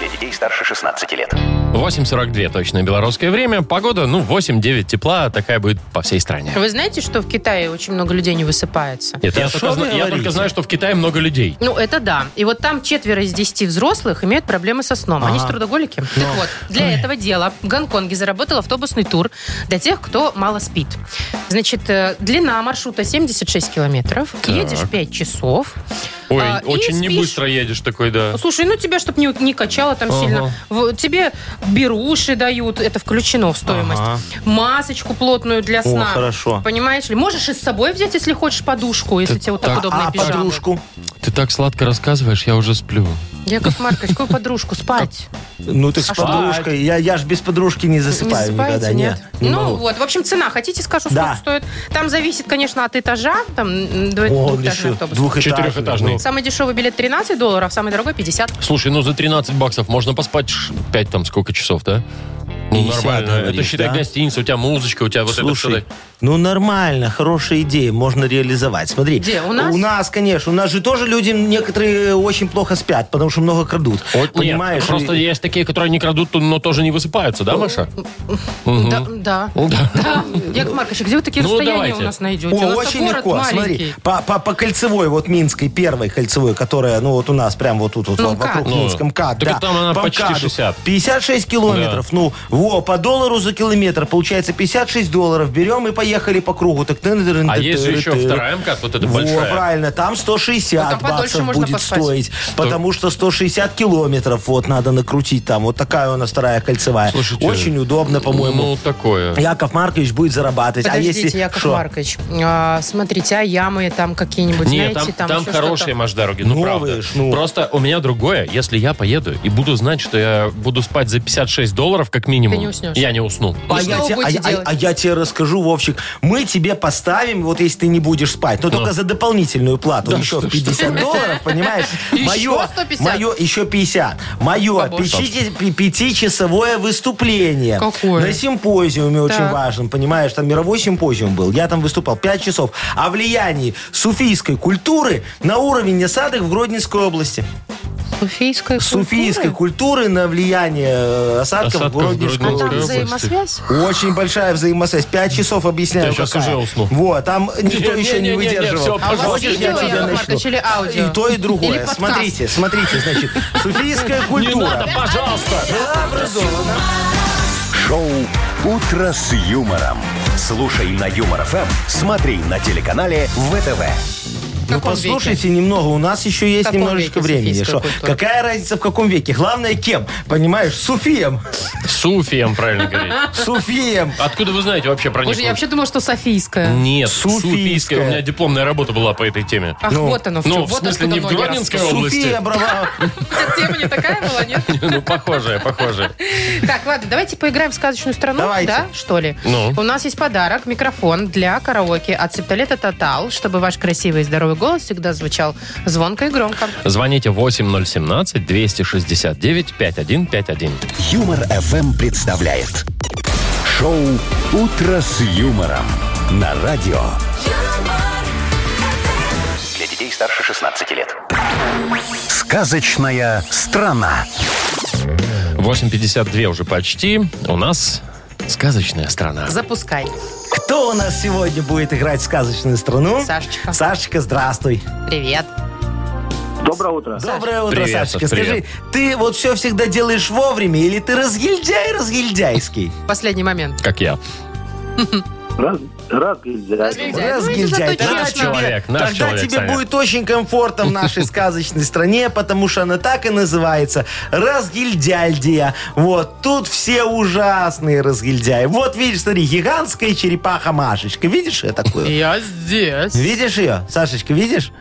Для детей старше 16 лет.
8.42 точно белорусское время. Погода, ну, 8-9 тепла. Такая будет по всей стране.
Вы знаете, что в Китае очень много людей не высыпается?
Нет, я,
Да
только,
что
зна-
вы
я только
говорите?
знаю, что в Китае много людей.
Ну, это да. И вот там четверо из десяти взрослых имеют проблемы со сном. Они же
Ага.
трудоголики.
Ну.
Так вот, для этого дела в Гонконге заработал автобусный тур для тех, кто мало спит. Значит, э, длина маршрута 76 километров. Едешь 5 часов.
Ой,
а, и
очень не
спишь.
быстро едешь такой, да.
Слушай, ну тебя, чтобы не, не качало там
Ага.
сильно, в- тебе беруши дают, это включено в стоимость.
Ага.
Масочку плотную для сна.
хорошо.
Понимаешь ли? Можешь и с собой взять, если хочешь подушку, если тебе вот так
так-
удобная
а
пижама.
подружку?
Ты так сладко рассказываешь, я уже сплю.
Яков Маркович, какую подружку? Спать.
Ну, ты с
А что?
подружкой. Я, я ж без подружки не засыпаю
не засыпаете,
никогда.
нет?
Нет, не
ну
могу.
вот, в общем, цена. Хотите, скажу, сколько
Да.
стоит? Там зависит, конечно, от этажа. Там м, дво-
О, он
двухэтажный
еще
автобус.
двухэтажный.
Четырехэтажный.
Самый дешевый билет 13 долларов, самый дорогой 50.
Слушай, ну за 13 баксов можно поспать 5 там сколько часов, да? Ну,
50,
нормально. Это
говоришь,
считай
да?
гостиница, у тебя музычка, у тебя вот это
Слушай,
все.
ну нормально, хорошая идея, можно реализовать. Смотри.
Где, у нас?
У нас, конечно. У нас же тоже люди некоторые очень плохо спят, потому что много крадут. Понимаешь?
Нет, просто
и- Ну,
есть такие, которые не крадут, но тоже не высыпаются, да, Маша?
Да, да.
Ну, да.
Да. Яков Маркович, где вы такие
Ну,
расстояния
давайте.
у нас найдете?
О,
у нас
очень
Ну, город
легко.
маленький.
Смотри, по, по, по кольцевой, вот Минской, первой кольцевой, которая, ну вот у нас прям вот тут, вот
Ну,
во-
МКАД.
вокруг
Ну,
Минска, МКАД.
так
да,
там она
по
почти
МКАДу.
60.
56 километров. Ну, во, по доллару за километр получается 56 долларов. Берем и поехали по кругу. Так,
А есть же еще вторая МКАД, вот эта
Во,
большая.
правильно, там 160
Ну, там подольше
баксов
можно
будет
поспать.
стоить, потому что 160 километров вот надо накрутить там. Вот такая у нас вторая кольцевая.
Слушайте,
Очень удобно, по-моему.
Ну, такое.
Яков Маркович будет зарабатывать.
Подождите,
а если...
Яков
Шо?
Маркович, а, смотрите, а ямы там какие-нибудь,
Нет,
знаете,
там, там,
еще
хорошие
что-то?
маш дороги, ну
Новые
правда.
ж, ну.
Просто у меня другое. Если я поеду и буду знать, что я буду спать за 56 долларов как минимум,
Ты не уснешь.
я не усну.
И
А
что
я,
вы
те- а
будете
я- а-
делать?
а я тебе расскажу, Вовчик. Мы тебе поставим, вот если ты не будешь спать, но только за дополнительную плату, еще в 50
*laughs*
долларов, понимаешь?
Еще
Мое-
150?
Мое, еще 50. Мое
Побольше.
пяти- пи- пятичасовое выступление.
Какое?
На симпозиуме очень
Так.
важном, понимаешь? Там мировой симпозиум был. Я там выступал 5 часов. О влиянии суфийской культуры на уровень осадок в Гродненской области.
Суфийская культура? А
Суфийской культуры на влияние э, осадков,
Осадков в
в Гродненской
Гродненской
Там
Ой,
области.
взаимосвязь?
Очень большая взаимосвязь. Пять часов объясняю.
Я щас
какая.
уже усну.
Вот,
*laughs*
там никто
не,
еще
не, не, не,
не
всё,
выдерживал.
А у вас
Хочешь, я
видео,
тебя
Яков
начну?
Маркович, или аудио?
И то, и
Или
другое.
подкаст?
Смотрите, смотрите, значит,
*laughs*
суфийская культура.
пожалуйста.
Была образована.
Шоу «Утро с юмором». Слушай на Юмор ФМ, смотри на телеканале ВТВ.
Ну,
каком
послушайте немного, у нас еще есть
каком
немножечко
веке
времени. Что?
суфийская культура?
Какая разница в каком веке? Главное, кем? Понимаешь, суфием.
Суфием, правильно говорить.
Суфием.
Откуда вы знаете вообще про них?
Боже, я вообще думала, что Софийская.
Нет, суфийская.
Суфийская.
У меня дипломная работа была по этой теме.
Ах, вот оно в чем.
Ну, в
вот
смысле,
откуда
не в
ноги растут.
Гродненской области.
Суфия брала.
Тема не такая
*laughs*
была, нет?
Ну, похожая, похожая.
Так, ладно, давайте поиграем в сказочную страну,
Давайте.
да, что ли?
Ну.
У нас есть подарок, микрофон для караоке от Септолета Тотал, чтобы ваш красивый и здоровый голос всегда звучал звонко и громко.
Звоните 8017-269-5151.
Юмор ФМ эм представляет. шоу «Утро с юмором» на радио.
Для детей старше 16 лет.
Сказочная страна.
8.52 уже почти. У нас сказочная страна.
Запускай.
Кто у нас сегодня будет играть в сказочную страну?
Сашечка.
Сашечка, здравствуй.
Привет.
Доброе утро.
Доброе утро,
Привет,
Сашечка.
Саш,
Скажи,
привет.
ты вот все всегда делаешь вовремя или ты разгильдяй разгильдяйский?
Последний момент.
Как я.
Раз, раз, раз.
Разгильдяй. Ну, видишь, зато
Тогда
Наш
честно.
человек, наш
Тогда
человек,
тебе
Саня.
будет очень комфортно
*laughs*
в нашей сказочной стране, потому что она так и называется. Разгильдяльдия. Вот, тут все ужасные разгильдяи. Вот, видишь, смотри, гигантская черепаха Машечка. Видишь ее такую?
Я здесь.
Видишь ее, Сашечка, видишь?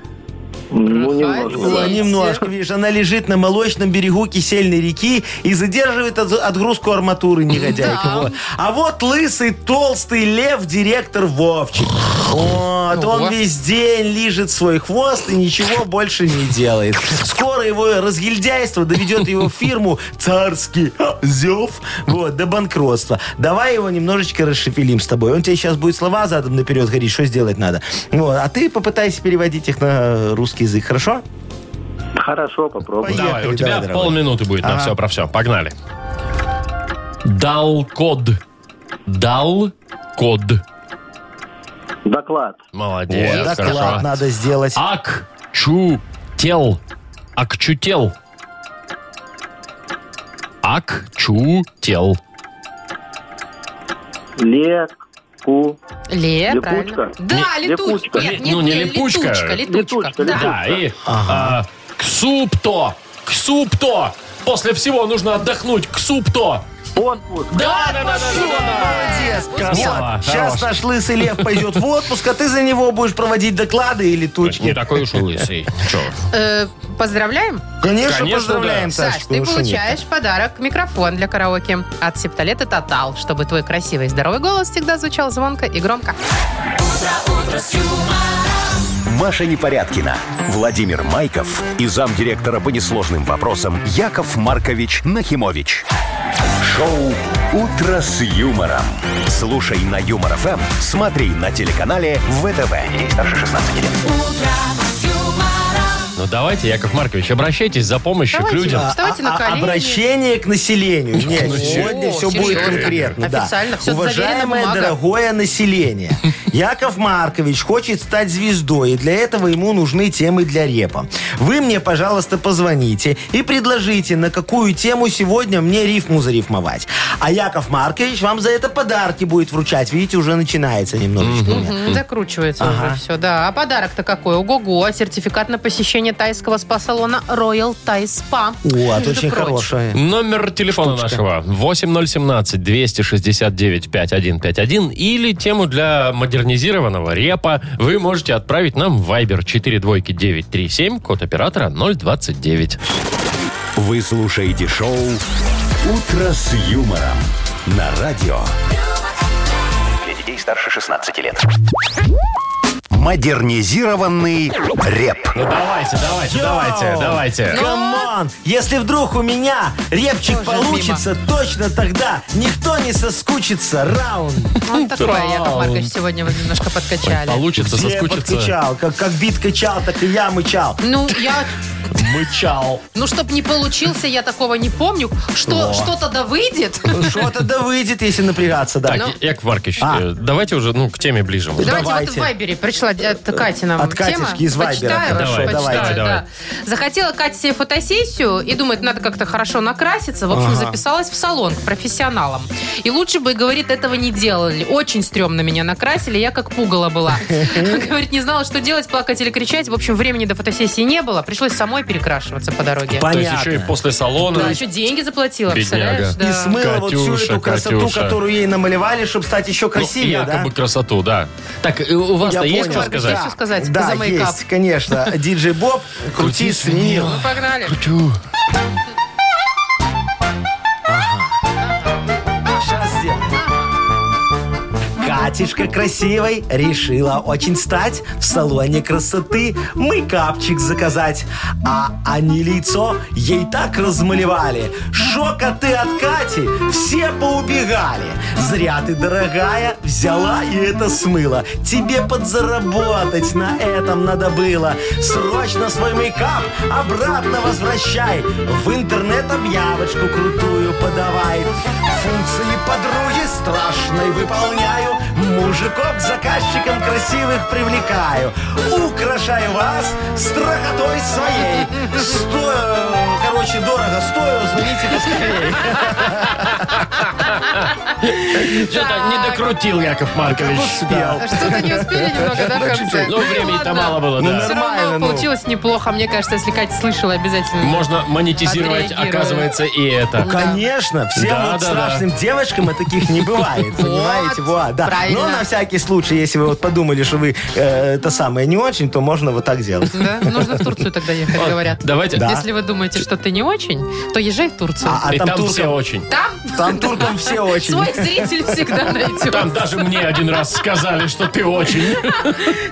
Ну,
Молодец.
немножко.
О, немножко, видишь, она лежит на молочном берегу кисельной реки и задерживает от- отгрузку арматуры негодяйка. Вот. А вот лысый, толстый лев, директор Вовчик. Вот,
Ого.
он весь день лижет свой хвост и ничего больше не делает. Скоро его разгильдяйство доведет его фирму «Царский Зев» вот, до банкротства. Давай его немножечко расшевелим с тобой. Он тебе сейчас будет слова задом наперед говорить, что сделать надо. Вот, а ты попытайся переводить их на русский язык, хорошо?
Хорошо, попробуй.
Поехали,
Давай, у тебя
давай, дорогой.
полминуты будет на
Ага.
все про все. Погнали. Дал код. Дал код.
Доклад.
Молодец,
Вот доклад
хорошо. А,
надо сделать.
Ак чу тел. Ак чу тел. Ак чу тел.
Леку.
Ле,
Липучка?
правильно. Да,
Не-
липучка.
липучка.
Нет,
Ли-
нет,
ну, не
нет,
липучка.
Летучка, летучка.
Летучка,
Да.
Да, и а, ксупто. Ксупто. После всего нужно отдохнуть. Ксупто.
Отпуск.
Да, да, да, да,
Молодец,
Красава,
Вот, сейчас
хорош.
наш лысый лев пойдет в отпуск, а ты за него будешь проводить доклады или
Не
тучки.
такой уж и лысый. Чё?
Э, Поздравляем.
Конечно,
Конечно,
поздравляем,
да.
Саш,
Сашечка,
ты
ну что нет-то.
получаешь в подарок микрофон для караоке от Септолета Тотал, чтобы твой красивый и здоровый голос всегда звучал звонко и громко.
Маша Непорядкина, Владимир Майков и замдиректора по несложным вопросам Яков Маркович Нахимович. Шоу «Утро с юмором». Слушай на Юмор ФМ, смотри на телеканале ВТВ. Ей старше 16 лет.
Ну давайте, Яков Маркович, обращайтесь за помощью
Давайте.
к людям.
А, Вставайте на колени.
Обращение к населению. Нет,
Ну,
сегодня
о,
все
серьезно?
будет конкретно. да.
Официально, всё заверено,
Уважаемое
бумага.
дорогое
*laughs*
население, Яков Маркович хочет стать звездой, и для этого ему нужны темы для репа. Вы мне, пожалуйста, позвоните и предложите, на какую тему сегодня мне рифму зарифмовать. А Яков Маркович вам за это подарки будет вручать. Видите, уже начинается немножечко. у меня.
Мгм, Закручивается уже все, да. А подарок-то какой? Ого-го, сертификат на посещение тайского спа-салона Royal Thai
О, а
Spa.
это
Между
очень
прочим.
хорошее.
Номер телефона нашего 8017-269-5151 или тему для модернизированного репа вы можете отправить нам в Viber 42937, код оператора 029.
Вы слушаете шоу «Утро с юмором» на радио
Для детей старше 16 лет.
«Модернизированный реп».
Ну давайте, давайте, давайте, давайте.
Камон! Если вдруг у меня репчик
Тоже
получится, точно тогда никто не соскучится. Раунд.
Вот такое, Яков Маркович, сегодня вы немножко подкачали.
Получится,
Все
соскучится.
подкачал. Как, как бит качал, так и я мычал.
Ну, я,
Мычал.
ну, чтоб не получился, я такого не помню. Что, что-то да выйдет.
Что-то да выйдет, если напрягаться, да.
Так, Яков Маркович,
А.
э, давайте уже ну, к теме ближе. может.
Давайте,
Давайте.
вот в Вайбере пришла от Кати нам
От Катюшки
тема.
из Вайбера.
Почитаю,
Хорошо,
почитаю,
давайте,
да.
давай.
Захотела Катя себе фотосессию и думает, надо как-то хорошо накраситься. В общем, записалась в салон к профессионалам. И лучше бы, говорит, этого не делали. Очень стрёмно меня накрасили, я как
*laughs*
пугала была. Говорит, не знала, что делать, плакать или кричать. В общем, времени до фотосессии не было. Пришлось самой перекрашиваться по дороге.
То
Понятно.
есть еще и после салона.
Да, еще деньги заплатила,
Бедняга.
представляешь?
И
Да.
смыла вот всю
Катюша,
эту красоту,
Катюша.
которую ей намалевали, чтобы стать еще
ну,
красивее, да?
якобы красоту, да. Так, э, у вас-то
Я
есть
понял.
что сказать?
Да. Что сказать
Да,
за мейкап?
есть, конечно. Диджей Боб, крути
Крути свинил.
свинил.
Ну,
*laughs*
погнали.
Тю.
Сейчас сделаем. Катишка красивой решила очень стать В салоне красоты мейкапчик заказать А они лицо а ей так размалевали Шока ты от Кати все поубегали Зря ты, дорогая, взяла и это смыла. Тебе подзаработать на этом надо было. Срочно свой мейкап обратно возвращай. В интернет объявочку крутую подавай. Функции подруги страшной выполняю. Мужиков к заказчикам красивых привлекаю. Украшаю вас страхотой своей. Стою, короче, дорого стою, звоните поскорее.
Что-то не докрутил Яков Маркович.
Успел.
Что-то не успели немного, да, в конце?
Ну, времени-то мало было,
Ну,
да.
Все
Нормально,
равно
ну.
получилось неплохо. Мне кажется, если Катя слышала, обязательно.
Можно монетизировать,
Отреагирую.
оказывается, и это.
Конечно, всем
Да,
вот
да,
страшным девочкам и таких не
*laughs*
бывает, понимаете? Вот, да.
правильно.
Но на всякий случай, если вы вот подумали, что вы э, это самое не очень, то можно вот так делать.
Да, нужно в Турцию тогда ехать,
Вот,
говорят.
давайте. Да.
Если вы думаете, что ты не очень, то езжай в Турцию.
А, а
и там,
там,
все
туркам,
очень.
Там
там туркам все очень.
свой зритель всегда найдет.
Там даже мне один раз сказали, что ты очень.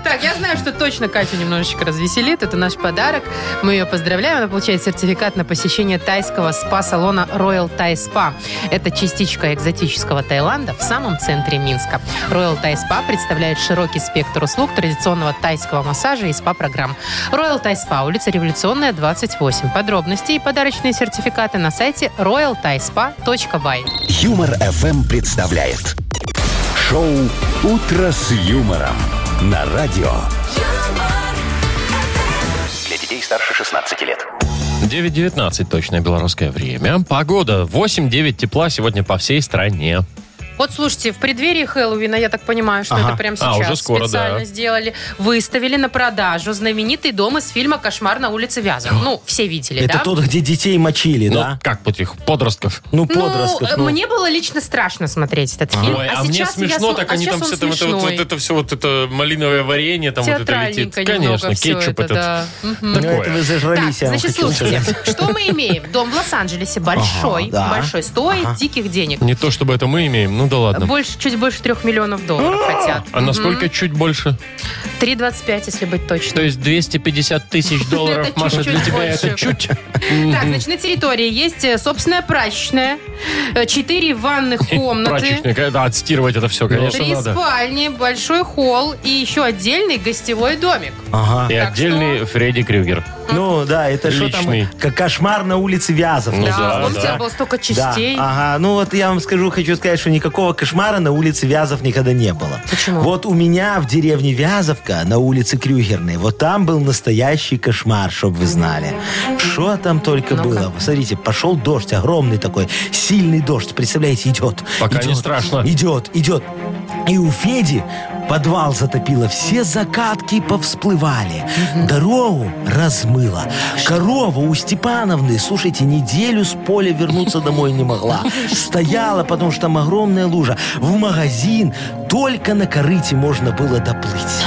Так, я знаю, что точно Катю немножечко развеселит. Это наш подарок. Мы ее поздравляем. Она получает сертификат на посещение тайского спа-салона Royal Thai Spa. Это частичка экзотического Таиланда в самом центре Минска. Royal Thai Spa представляет широкий спектр услуг традиционного тайского массажа и спа-программ. Royal Thai Spa, улица Революционная, 28. Подробности и подарочные сертификаты на сайте royalthaispa.by.
Юмор FM представляет шоу Утро с юмором на радио.
Для детей старше 16 лет.
9.19 точное белорусское время. Погода 8-9 тепла сегодня по всей стране.
Вот слушайте, в преддверии Хэллоуина, я так понимаю, что это прямо
А,
сейчас
уже скоро,
специально
да.
сделали, выставили на продажу знаменитый дом из фильма «Кошмар на улице Вязов». Ну, все видели,
Это
да?
тот, где детей мочили,
Ну,
да?
как под их подростков.
Ну,
Ну,
подростков.
э,
ну.
мне было лично страшно смотреть этот фильм.
Ой,
а,
а мне
сейчас я
смешно,
см-
так
а
они
сейчас
там
он
с этого вот,
смешной.
вот это все вот это малиновое варенье там вот это летит.
Театральненько немного
Конечно,
всё
кетчуп
это,
этот.
да. Мгм.
Ну, это вы зажрались,
Так,
я вам
значит,
хочу
слушайте,
сказать.
что мы имеем? Дом в Лос-Анджелесе большой,
Ага, да.
большой, стоит диких денег.
Не то чтобы это мы имеем, ну да ладно.
Больше, чуть больше трех
*gasps*
миллионов долларов хотят.
А насколько чуть больше?
3,25, если быть точным.
То есть 250 тысяч долларов,
Ну, Это
Маша, для
чуть-чуть
тебя это
больше.
чуть? *laughs*
Так, значит, на территории есть э, собственная прачечная, э, четыре ванных
*laughs*
комнаты,
Прачечник, да, отстирывать это все, конечно,
три
надо.
спальни, большой холл и еще отдельный гостевой домик.
Ага.
И
Так
отдельный Фредди Крюгер.
Ну, да, это что там?
Личный.
Как кошмар на улице Вязов.
Ну,
Да,
да,
у
да.
тебя было столько
Да,
частей.
ага. Ну вот я вам скажу, хочу сказать, что никакого кошмара на улице Вязов никогда не было.
Почему?
Вот у меня в деревне Вязовка на улице Крюгерной, вот там был настоящий кошмар, чтобы вы знали. Что там только было. Смотрите, пошел дождь, огромный такой, сильный дождь, представляете, идет.
Пока не
идет,
страшно.
Идет, идет. И у Феди подвал затопило, все закатки повсплывали, дорогу размыло. Корова у Степановны, слушайте, неделю с поля вернуться домой не могла. Стояла, потому что там огромная лужа. В магазин только на корыте можно было доплыть.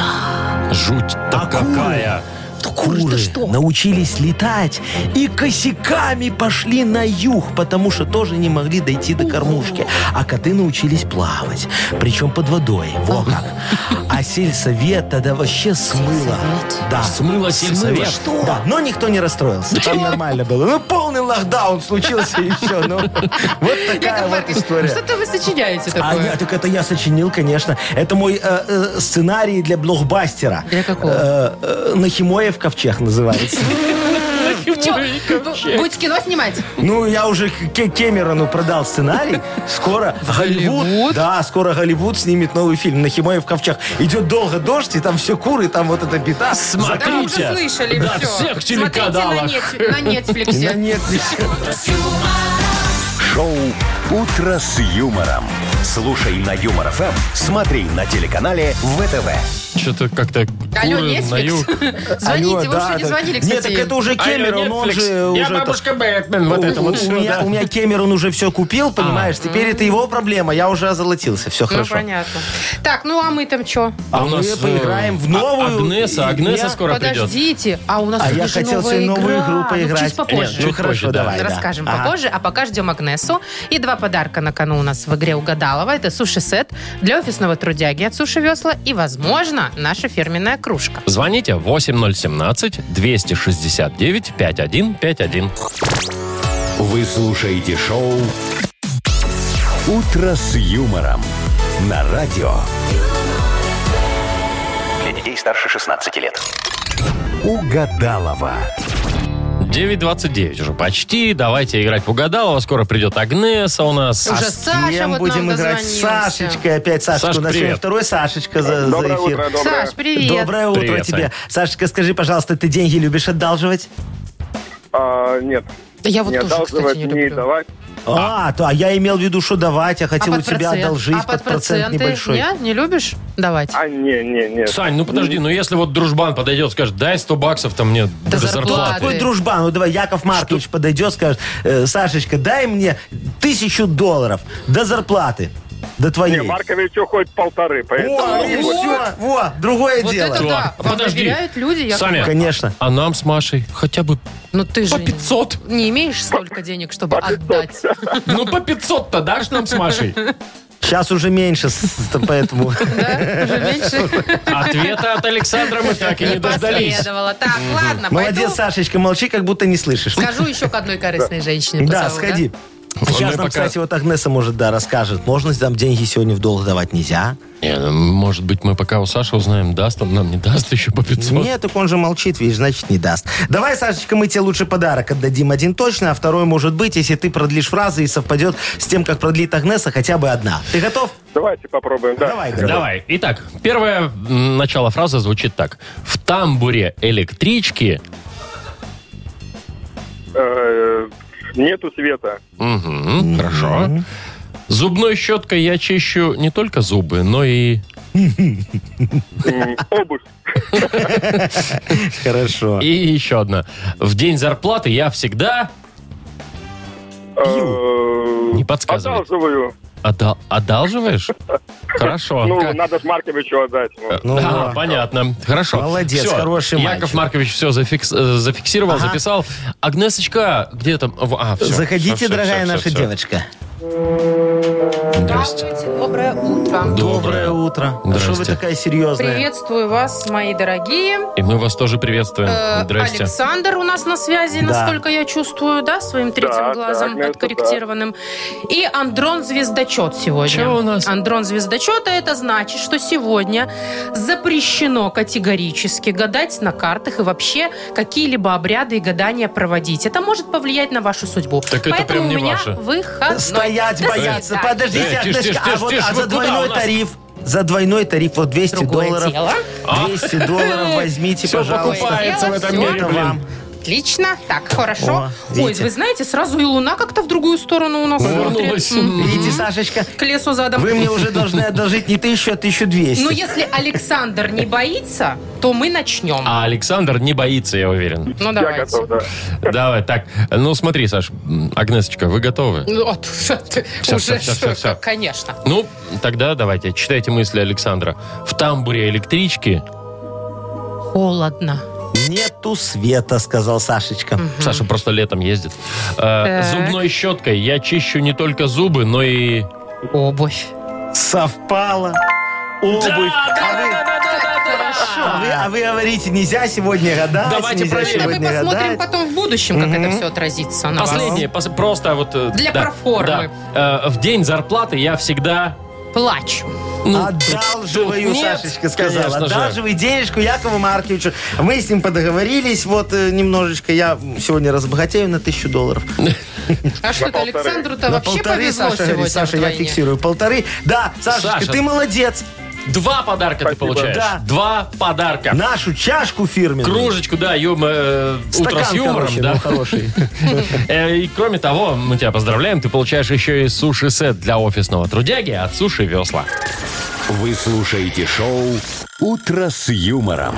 Жуть-то какая.
Куры научились летать и косяками пошли на юг, потому что тоже не могли дойти до кормушки. А коты научились плавать, причем под водой. Во как. А сельсовет тогда вообще смыло. Да.
Смыло сельсовет?
Что? Да, но никто не расстроился. Там нормально было. Ну, полный локдаун случился и все. Ну, *laughs* вот такая
Яков
вот
Маркович,
история.
Что-то вы сочиняете
А,
такое?
я- так это я сочинил, конечно. Это мой э, э, сценарий для блокбастера.
Для какого?
Э, э, Нахимоев ковчег
*laughs*
называется.
Чё, б- Будь кино снимать?
Ну, я уже к- Ке- Кэмерону продал сценарий. Скоро
Голливуд?
Голливуд... Да, скоро Голливуд снимет новый фильм «Нахимоев ковчег». Идет долго дождь, и там все куры, там вот эта беда.
Да мы уже слышали
Да,
все.
всех
Смотрите на
телеканалах.
Нет- на
И на
Netflix.
Netflix.
Шоу Утро с юмором. Слушай на Юмор ФМ, смотри на телеканале ВТВ.
Что-то как-то
Алло,
куры на юг.
Netflix.
Алло,
*laughs* Звоните, вы
да,
что не
да.
звонили, кстати.
Нет, так это уже Кэмерон, он же... уже это-
Бэтмен.
У- у, у меня, у меня Кэмерон уже все купил, понимаешь? Теперь это его проблема. Я уже озолотился. Все
Ну,
хорошо.
понятно. Так, ну а мы там что?
А мы поиграем в новую.
э, А, Агнеса, Агнеса
Я-
скоро придет.
Подождите, а у нас
А
тут
я
же
хотел
новая
сегодня новую
игра.
игру
Ну,
поиграть.
чуть попозже.
Нет,
Ну
Чуть позже,
хорошо,
да.
давай. да.
Расскажем
Ага.
попозже, а пока ждем Агнесу. И два подарка на кону у нас в игре угадалова. Это суши-сет для офисного трудяги от Суши Весла и, возможно, наша фирменная кружка.
Звоните 8017-269-5151.
Вы слушаете шоу «Утро с юмором» на радио.
Для детей старше 16 лет.
Угадалова.
9.29 уже почти. Давайте играть в угадалово. Скоро придет Агнеса у нас.
Уже
А с
Саша
кем
вот
будем
нам
играть?
дозвонился.
С Сашечкой опять. Сашечка
Саш,
у нас сегодня
привет.
второй Сашечка за, за
Доброе
эфир.
утро, доброе.
Саш, привет.
Доброе утро
Привет,
тебе.
Сань.
Сашечка, скажи, пожалуйста, ты деньги любишь одалживать?
А, нет,
Я вот
не
тоже,
одалживать,
кстати, не
не
люблю.
давать.
А, то, а я имел в виду, что давать, я хотел
А под
у тебя
процент?
одолжить
а под проценты
небольшой.
не, не любишь давать?
А, не, не, не.
Сань, ну подожди, ну если вот дружбан подойдет, скажет, дай 100 баксов-то мне до,
зарплаты».
зарплаты.
Какой дружбан? Ну давай, Яков Маркович подойдет, скажет, «Э, Сашечка, дай мне тысячу долларов до зарплаты, до твоей.
Не, Маркович уходит полторы, поэтому...
О, и все, во, другое
Вот
дело.
это да.
Что?
Вам
Подожди.
доверяют люди? Я...
Саня,
Конечно.
а нам с Машей хотя бы
Ну ты же
по 500.
не имеешь столько денег, чтобы отдать.
Ну по 500-то дашь нам с Машей?
Сейчас уже меньше, с- с- *laughs* поэтому...
Да?
*laughs*
Уже меньше
Ответа от Александра мы так и не дождались.
последовало. Так, ладно, пойду.
Молодец, Сашечка, молчи, как будто не слышишь.
Скажу еще к одной корыстной женщине.
Да,
позову,
сходи.
Мы
Сейчас нам,
Ну, пока-
кстати, вот Агнеса, может, да, расскажет. Можно там деньги сегодня в долг давать? Нельзя.
Не, ну, может быть, мы пока у Саши узнаем, даст он нам, не даст еще по 500.
Нет, так он же молчит, видишь, значит, не даст. Давай, Сашечка, мы тебе лучше подарок отдадим один точно, а второй может быть, если ты продлишь фразы и совпадет с тем, как продлит Агнеса хотя бы одна. Ты готов?
Давайте попробуем, да.
Давай, Игорь.
Давай. Итак, первое м, начало фразы звучит так. В тамбуре электрички...
Э, Нету света.
*laughs*
Мгм, хорошо. Зубной щеткой я чищу не только зубы, но и...
М, Обувь.
Хорошо.
И еще одна. В день зарплаты я всегда
Э,
Не подсказывай.
Одалживаю.
отда-
*laughs*
одалживаешь? Хорошо.
Ну,
Как-
надо ж Марковичу отдать. ну.
Ну,
А,
да.
понятно. Хорошо.
Молодец,
Всё.
хороший
Яков
мальчик.
Маркович все зафиксировал,
Ага.
записал. Агнесочка, где там? В- а, всё,
Заходите,
всё, всё,
дорогая
всё,
наша
всё.
девочка.
Здрасте.
да? Доброе утро.
Доброе.
утро. А Что вы
Здрасте.
такая серьезная?
Приветствую вас, мои дорогие.
И мы вас тоже приветствуем.
Э,
Здрасте.
Александр у нас на связи,
Да.
насколько я чувствую, да, своим третьим
да,
глазом
Агнеса,
подкорректированным. И Андрон Звездочет сегодня.
Чего у нас?
Андрон Звездочета это значит, что сегодня запрещено категорически гадать на картах и вообще какие-либо обряды и гадания проводить. Это может повлиять на вашу судьбу.
Так это
Поэтому
прям не
у меня
ваше.
выходной.
Стоять
До
бояться.
свидания.
Подождите,
Э, тише,
Агнесочка,
тише,
а вот
тише,
а
вы
за
куда у
двойной
нас?
тариф? За двойной тариф вот 200
Другое
долларов. *laughs*
дело.
200
*laughs*
долларов возьмите,
Всё
пожалуйста.
покупается в этом
Это
мире, блин.
вам.
Отлично. Так, хорошо.
О,
Ой,
видите?
вы знаете, сразу и луна как-то в другую сторону у нас
Повернулась.
смотрит. М,
Видите, Сашечка,
К лесу задом.
вы мне уже должны одолжить не тысячу, а 1200.
Но если Александр не боится, то мы начнем.
А Александр не боится, я уверен.
Я
Ну, давайте.
готов, да.
Давай, так. Ну, смотри, Саш, м, Агнесочка, вы готовы?
Ну, вот, ты
Всё, всё,
уже
всё,
что,
всё.
конечно.
Ну, тогда давайте, читайте мысли Александра. В тамбуре электрички...
Холодно.
Нету света, сказал Сашечка.
Саша просто летом ездит. Э, Зубной щеткой я чищу не только зубы, но и...
Обувь.
Совпало. Обувь. а, вы, а вы- а вы говорите, нельзя сегодня гадать.
Давайте
нельзя
проверим.
Это мы
сегодня
посмотрим
гадать.
потом в будущем, как это все отразится на вас.
Последнее, пос- просто вот... э,
Для проформы.
да. Э, В день зарплаты я всегда...
Плачу.
Одалживаю,
тут Ну, нет,
Сашечка сказала.
конечно же.
Одалживай денежку Якову Марковичу. Мы с ним подоговорились. Вот э, немножечко я сегодня разбогатею на тысячу долларов.
А что-то
полторы.
Александру-то
на
вообще
полторы,
повезло
Саша
сегодня
говорит. Саша, я
вдвойне.
фиксирую. Полторы. Да, Сашечка,
Саша.
ты молодец.
Два подарка ты
Спасибо.
получаешь.
Да.
Два подарка.
Нашу чашку фирменную.
Кружечку, да, юм, э,
Стакан,
утро с юмором,
короче,
да.
ну,
*laughs*
хороший.
Э, И кроме того, мы тебя поздравляем, ты получаешь еще и суши-сет для офисного трудяги от Суши Весла.
Вы слушаете шоу «Утро с юмором».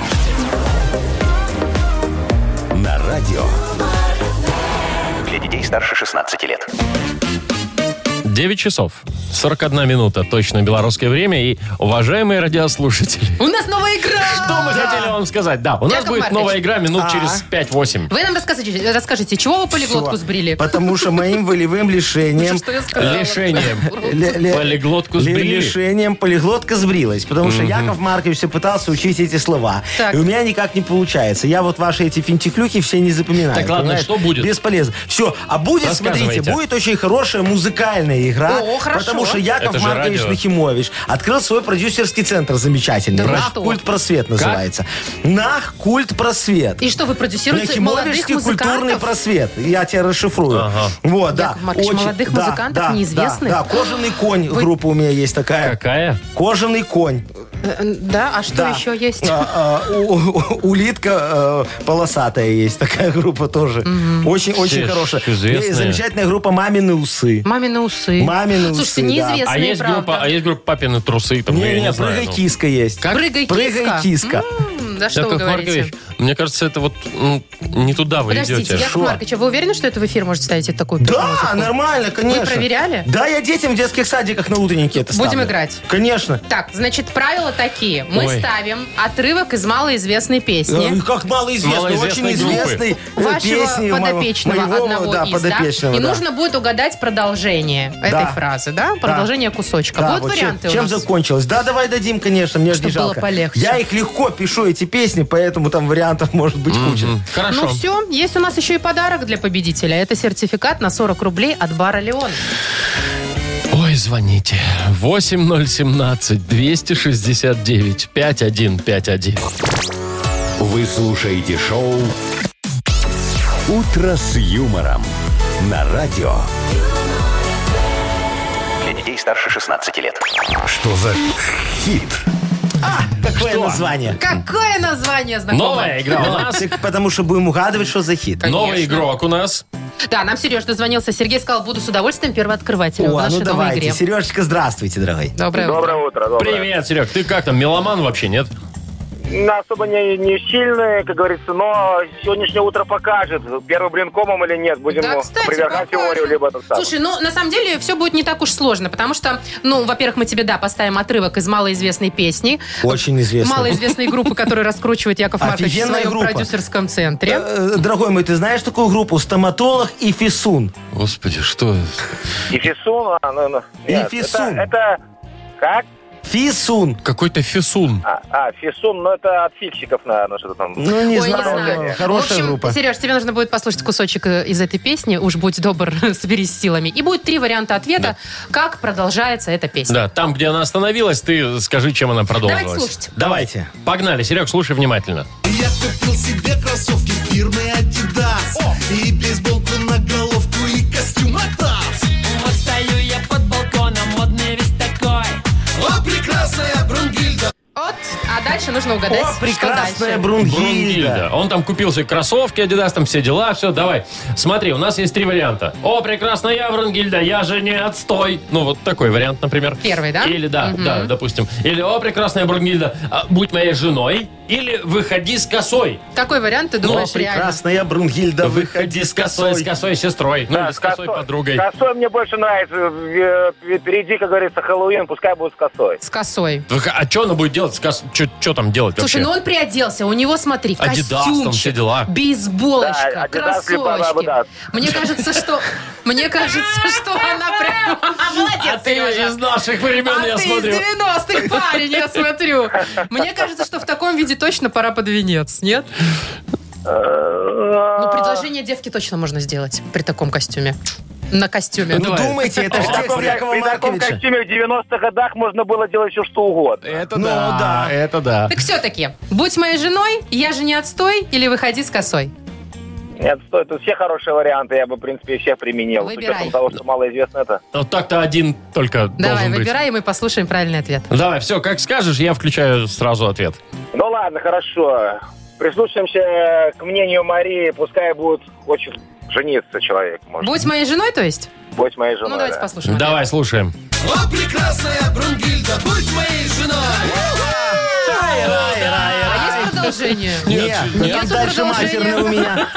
На радио.
Для детей старше 16 лет.
9 часов 41 минута, точно белорусское время. И, уважаемые радиослушатели,
У нас новая игра!
что Ну, мы хотели вам сказать? Да, у нас
Яков
будет
Маркович.
новая игра минут
А.
через 5-8.
Вы нам расскажите, расскажите, чего вы полиглотку
Всё.
сбрили?
Потому что
*laughs*
моим волевым лишением...
Что я сказала?
Лишением.
Ле- ле-
Полиглотку
ле-
сбрили.
Лишением полиглотка сбрилась, потому что Яков Маркович все пытался учить эти слова.
Так.
И у меня никак не получается. Я вот ваши эти финтифлюхи все не запоминаю.
Так, ладно,
понимаешь?
что будет?
Бесполезно. Все, а будет, смотрите,
Рассказывайте.
будет очень хорошая музыкальная продюсерская игра.
О, хорошо.
Потому что Яков
Это же
Маркович
радио.
Нахимович открыл свой продюсерский центр замечательный.
Да вы
Нах
что?
Культ Просвет называется. Нах Культ Просвет.
И что, вы продюсируете молодых
Нахимовичский культурный
музыкантов?
просвет. Я тебя расшифрую.
Ага.
Вот, да.
Яков Маркович, молодых музыкантов неизвестных?
Да, да. кожаный конь. Группа у меня есть такая.
Какая?
Кожаный конь.
Э, Да, а что
Да.
еще есть?
А, а, у- у- Улитка э, полосатая есть. Такая *laughs* группа тоже. Очень-очень
Все ж
хорошая.
известные.
И Замечательная группа «Мамины усы».
Мамины усы.
Мамины
Слушайте,
усы, да.
неизвестные,
А есть
правда.
группа, а есть группа папины трусы, там, я
Не,
не
не,
знаю.
прыгай
ну.
киска есть.
Как?
Прыгай,
Прыгай киска.
М, да что вы
Яков
говорите?
Маркович, мне кажется, это вот м, не туда вы
Подождите,
идете.
Яков
Шо?
Маркович, а вы уверены, что это в эфир можете ставить вот такую
Да,
музыку?
нормально, конечно.
Вы проверяли?
Да, я детям в детских садиках на утреннике это
Будем
ставлю.
играть.
Конечно.
Так, значит, правила такие. Мы
Ой.
ставим отрывок из малоизвестной
Э,
песни.
Как малоизвестный,
Малоизвестной
очень известный э,
Вашего
песни моего-
подопечного
моего,
одного
да,
из,
подопечного,
да? И
да.
нужно будет угадать продолжение этой фразы, да? Продолжение кусочка.
Да,
вот,
вот чем,
варианты у
чем
нас.
закончилось? Да, давай дадим, конечно, мне же не
Чтоб было
жалко.
полегче.
Я их легко пишу, эти песни, поэтому там вариантов может быть куча.
Мгм. Хорошо.
Ну все, есть у нас еще и подарок для победителя. Это сертификат на 40 рублей от бара «Леон».
Ой, звоните. 8017-269-5151.
Вы слушаете шоу «Утро с юмором» на радио.
Для детей старше 16 лет.
А Что за хит?
Какое название? Ну,
Какое
Новая
название знакомое?
игра у нас.
Ты- Потому что будем угадывать, что за хит.
Новый игрок у нас.
Да, нам Сереж дозвонился. Сергей сказал, буду с удовольствием первооткрывателем в
О,
нашей
ну
новой
давайте.
игре.
Сережечка, здравствуйте, дорогой.
Доброе утро.
Доброе утро, доброе.
Привет, Серег. Ты как там, меломан вообще, нет?
Ну, особо не, не сильные, как говорится, но сегодняшнее утро покажет, первым блинкомом или нет. Будем
Да, кстати,
привергать
покажет.
теорию, либо этот самый.
Слушай, ну, на самом деле, все будет не так уж сложно, потому что, ну, во-первых, мы тебе, да, поставим отрывок из малоизвестной песни.
Очень известный.
Малоизвестной группы, которую раскручивает Яков Маркович в
Офигенная
своем
группа.
продюсерском центре.
Э, Дорогой мой, ты знаешь такую группу «Стоматолог и Фисун»?
Господи, что?
И Фисун, а, ну, ну, нет,
И Фисун.
Это, это как?
Фисун.
Какой-то фисун.
А, а, Фисун, ну это от фиксиков, наверное, что-то там.
Ну, не
Ой, не
знаю.
знаю.
Хорошая
в общем,
группа.
Сереж, тебе нужно будет послушать кусочек э, из этой песни. Уж будь добр, *laughs* соберись силами. И будет три варианта ответа, как продолжается эта песня.
Да, там, где она остановилась, ты скажи, чем она продолжилась.
Давайте слушать.
Давайте.
Погнали, Серег, слушай внимательно.
Я купил себе кроссовки фирмы Adidas И бейсболку на головку и костюм Атас Вот стою я под балконом, модный весь такой О, прекрасная Брунгильда
Вот. А дальше нужно угадать,
О,
что
прекрасная
дальше.
Брунгильда.
Брунгильда. Он там купил себе кроссовки, Adidas, там все дела, все, давай. Смотри, у нас есть три варианта. О, прекрасно, я Брунгильда, я же не отстой. Ну, вот такой вариант, например.
Первый, да?
Или, да,
Мгм.
да, допустим. Или, о, прекрасная Брунгильда, а, будь моей женой. Или, выходи с косой.
Какой вариант ты думаешь реально?
Прекрасная Брунгильда, выходи с
С
косой.
косой сестрой. Ну,
Да,
или с косой подругой.
Косой мне больше нравится. Э, э, Впереди, как говорится, Хэллоуин, пускай будет с косой.
С косой.
Выхо- А что она будет делать? Что там делать
Слушай, ну
вообще?
он приоделся, у него, смотри,
Адидас там,
костюмчик,
все дела.
бейсболочка,
Да, Адидас либо
кроссовочки.
Адидас.
Мне кажется, что... Мне кажется, что она *laughs* прям...
А
Молодец,
ты
Сережа.
из наших времен,
А
я
ты
смотрю.
из 90-х, парень, я смотрю. Мне кажется, что в таком виде точно пора под венец, нет? Ну, предложение девки точно можно сделать при таком костюме. На костюме.
Ну, думайте, это же
При
текст
таком,
Якова
при таком
Марковича.
костюме в 90-х годах можно было делать все, что угодно.
Это
Ну
да,
да.
это да.
Так все-таки, будь моей женой, я же не отстой, или выходи с косой.
Нет, стоит. Тут все хорошие варианты, я бы, в принципе, все применил. С
Выбирай.
учетом того, что малоизвестно это.
Вот так-то один только
Давай,
должен быть.
выбирай, и мы послушаем правильный ответ.
Давай, все, как скажешь, я включаю сразу ответ.
Ну ладно, хорошо. Прислушаемся к мнению Марии. Пускай будет хочет жениться человек, может.
Будь моей женой, то есть?
Будь моей женой.
Ну, давайте
да.
послушаем.
Давай, слушаем.
О, прекрасная Брунгильда, будь моей женой
Рай, рай, рай,
А
рай.
*laughs*
есть продолжение?
Нет, ну там
Нет
дальше
продолжения.
матерное у меня.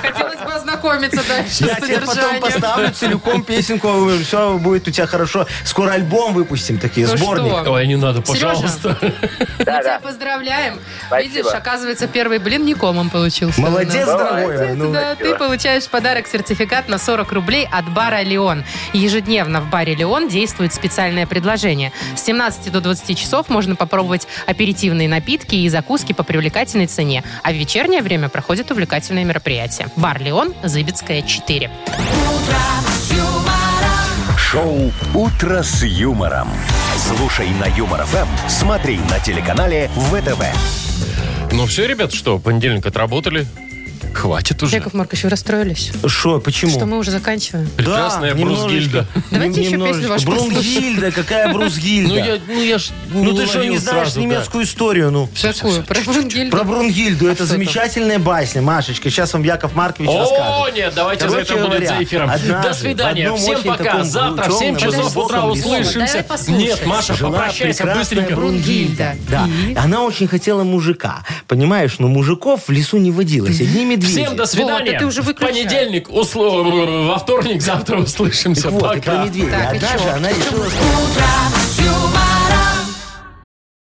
Хотелось бы ознакомиться дальше
Я
с
тебе потом
содержанием.
поставлю целиком песенку, все будет у тебя хорошо. Скоро альбом выпустим такие,
Ну
сборник.
что?
Ой, не надо,
Сережа.
пожалуйста.
Мы тебя
Да-да.
поздравляем.
Спасибо.
Видишь, оказывается, первый блин не комом получился.
Молодец,
у нас.
дорогой. мой, ну.
Да, ты получаешь в подарок сертификат на 40 рублей от бара «Леон». Ежедневно в баре «Леон» действует специальное предложение. С 17 до 20 часов можно попробовать аперитивные напитки и закуски по привлекательной цене. А в вечернее время проходят увлекательные мероприятия. Бар «Леон», Зыбецкая, 4.
Шоу Шоу «Утро с юмором». Слушай на Юмор ФМ, смотри на телеканале ВТВ.
Ну все, ребят, что, понедельник отработали? Хватит уже.
Яков Маркович, вы расстроились?
Что, почему?
Что мы уже заканчиваем?
Прекрасная Брусгильда.
Давайте еще песню вашу
Брунгильда, какая
*laughs*
Брунгильда?
Ну, я, ну, я ж не
Ну ты что, не
уловил
знаешь
сразу, да.
немецкую историю? Ну,
Всякую. Про Брунгильду.
Про Брунгильду.
А
это
что там?
замечательная басня, Машечка. Сейчас вам Яков Маркович
О,
расскажет.
нет, давайте
Короче
за это будет
говоря,
за эфиром.
однажды
До
в
свидания,
одном
всем
очень
пока.
таком
Завтра в 7
темном,
часов
глубоком
утра
лесу.
услышимся.
Давай послушаем.
Нет, Маша,
Жила
попрощайся
прекрасная
быстренько.
Брунгильда.
Да. Она очень хотела мужика. Понимаешь, но мужиков в лесу не водилось. Одни медведи.
Всем до свидания.
а ты уже
В
выключай.
понедельник, усл- во вторник, завтра услышимся.
Так вот, и
Пока.
про медведя.
Так, и
Однажды
чё?
она решила...
юмор.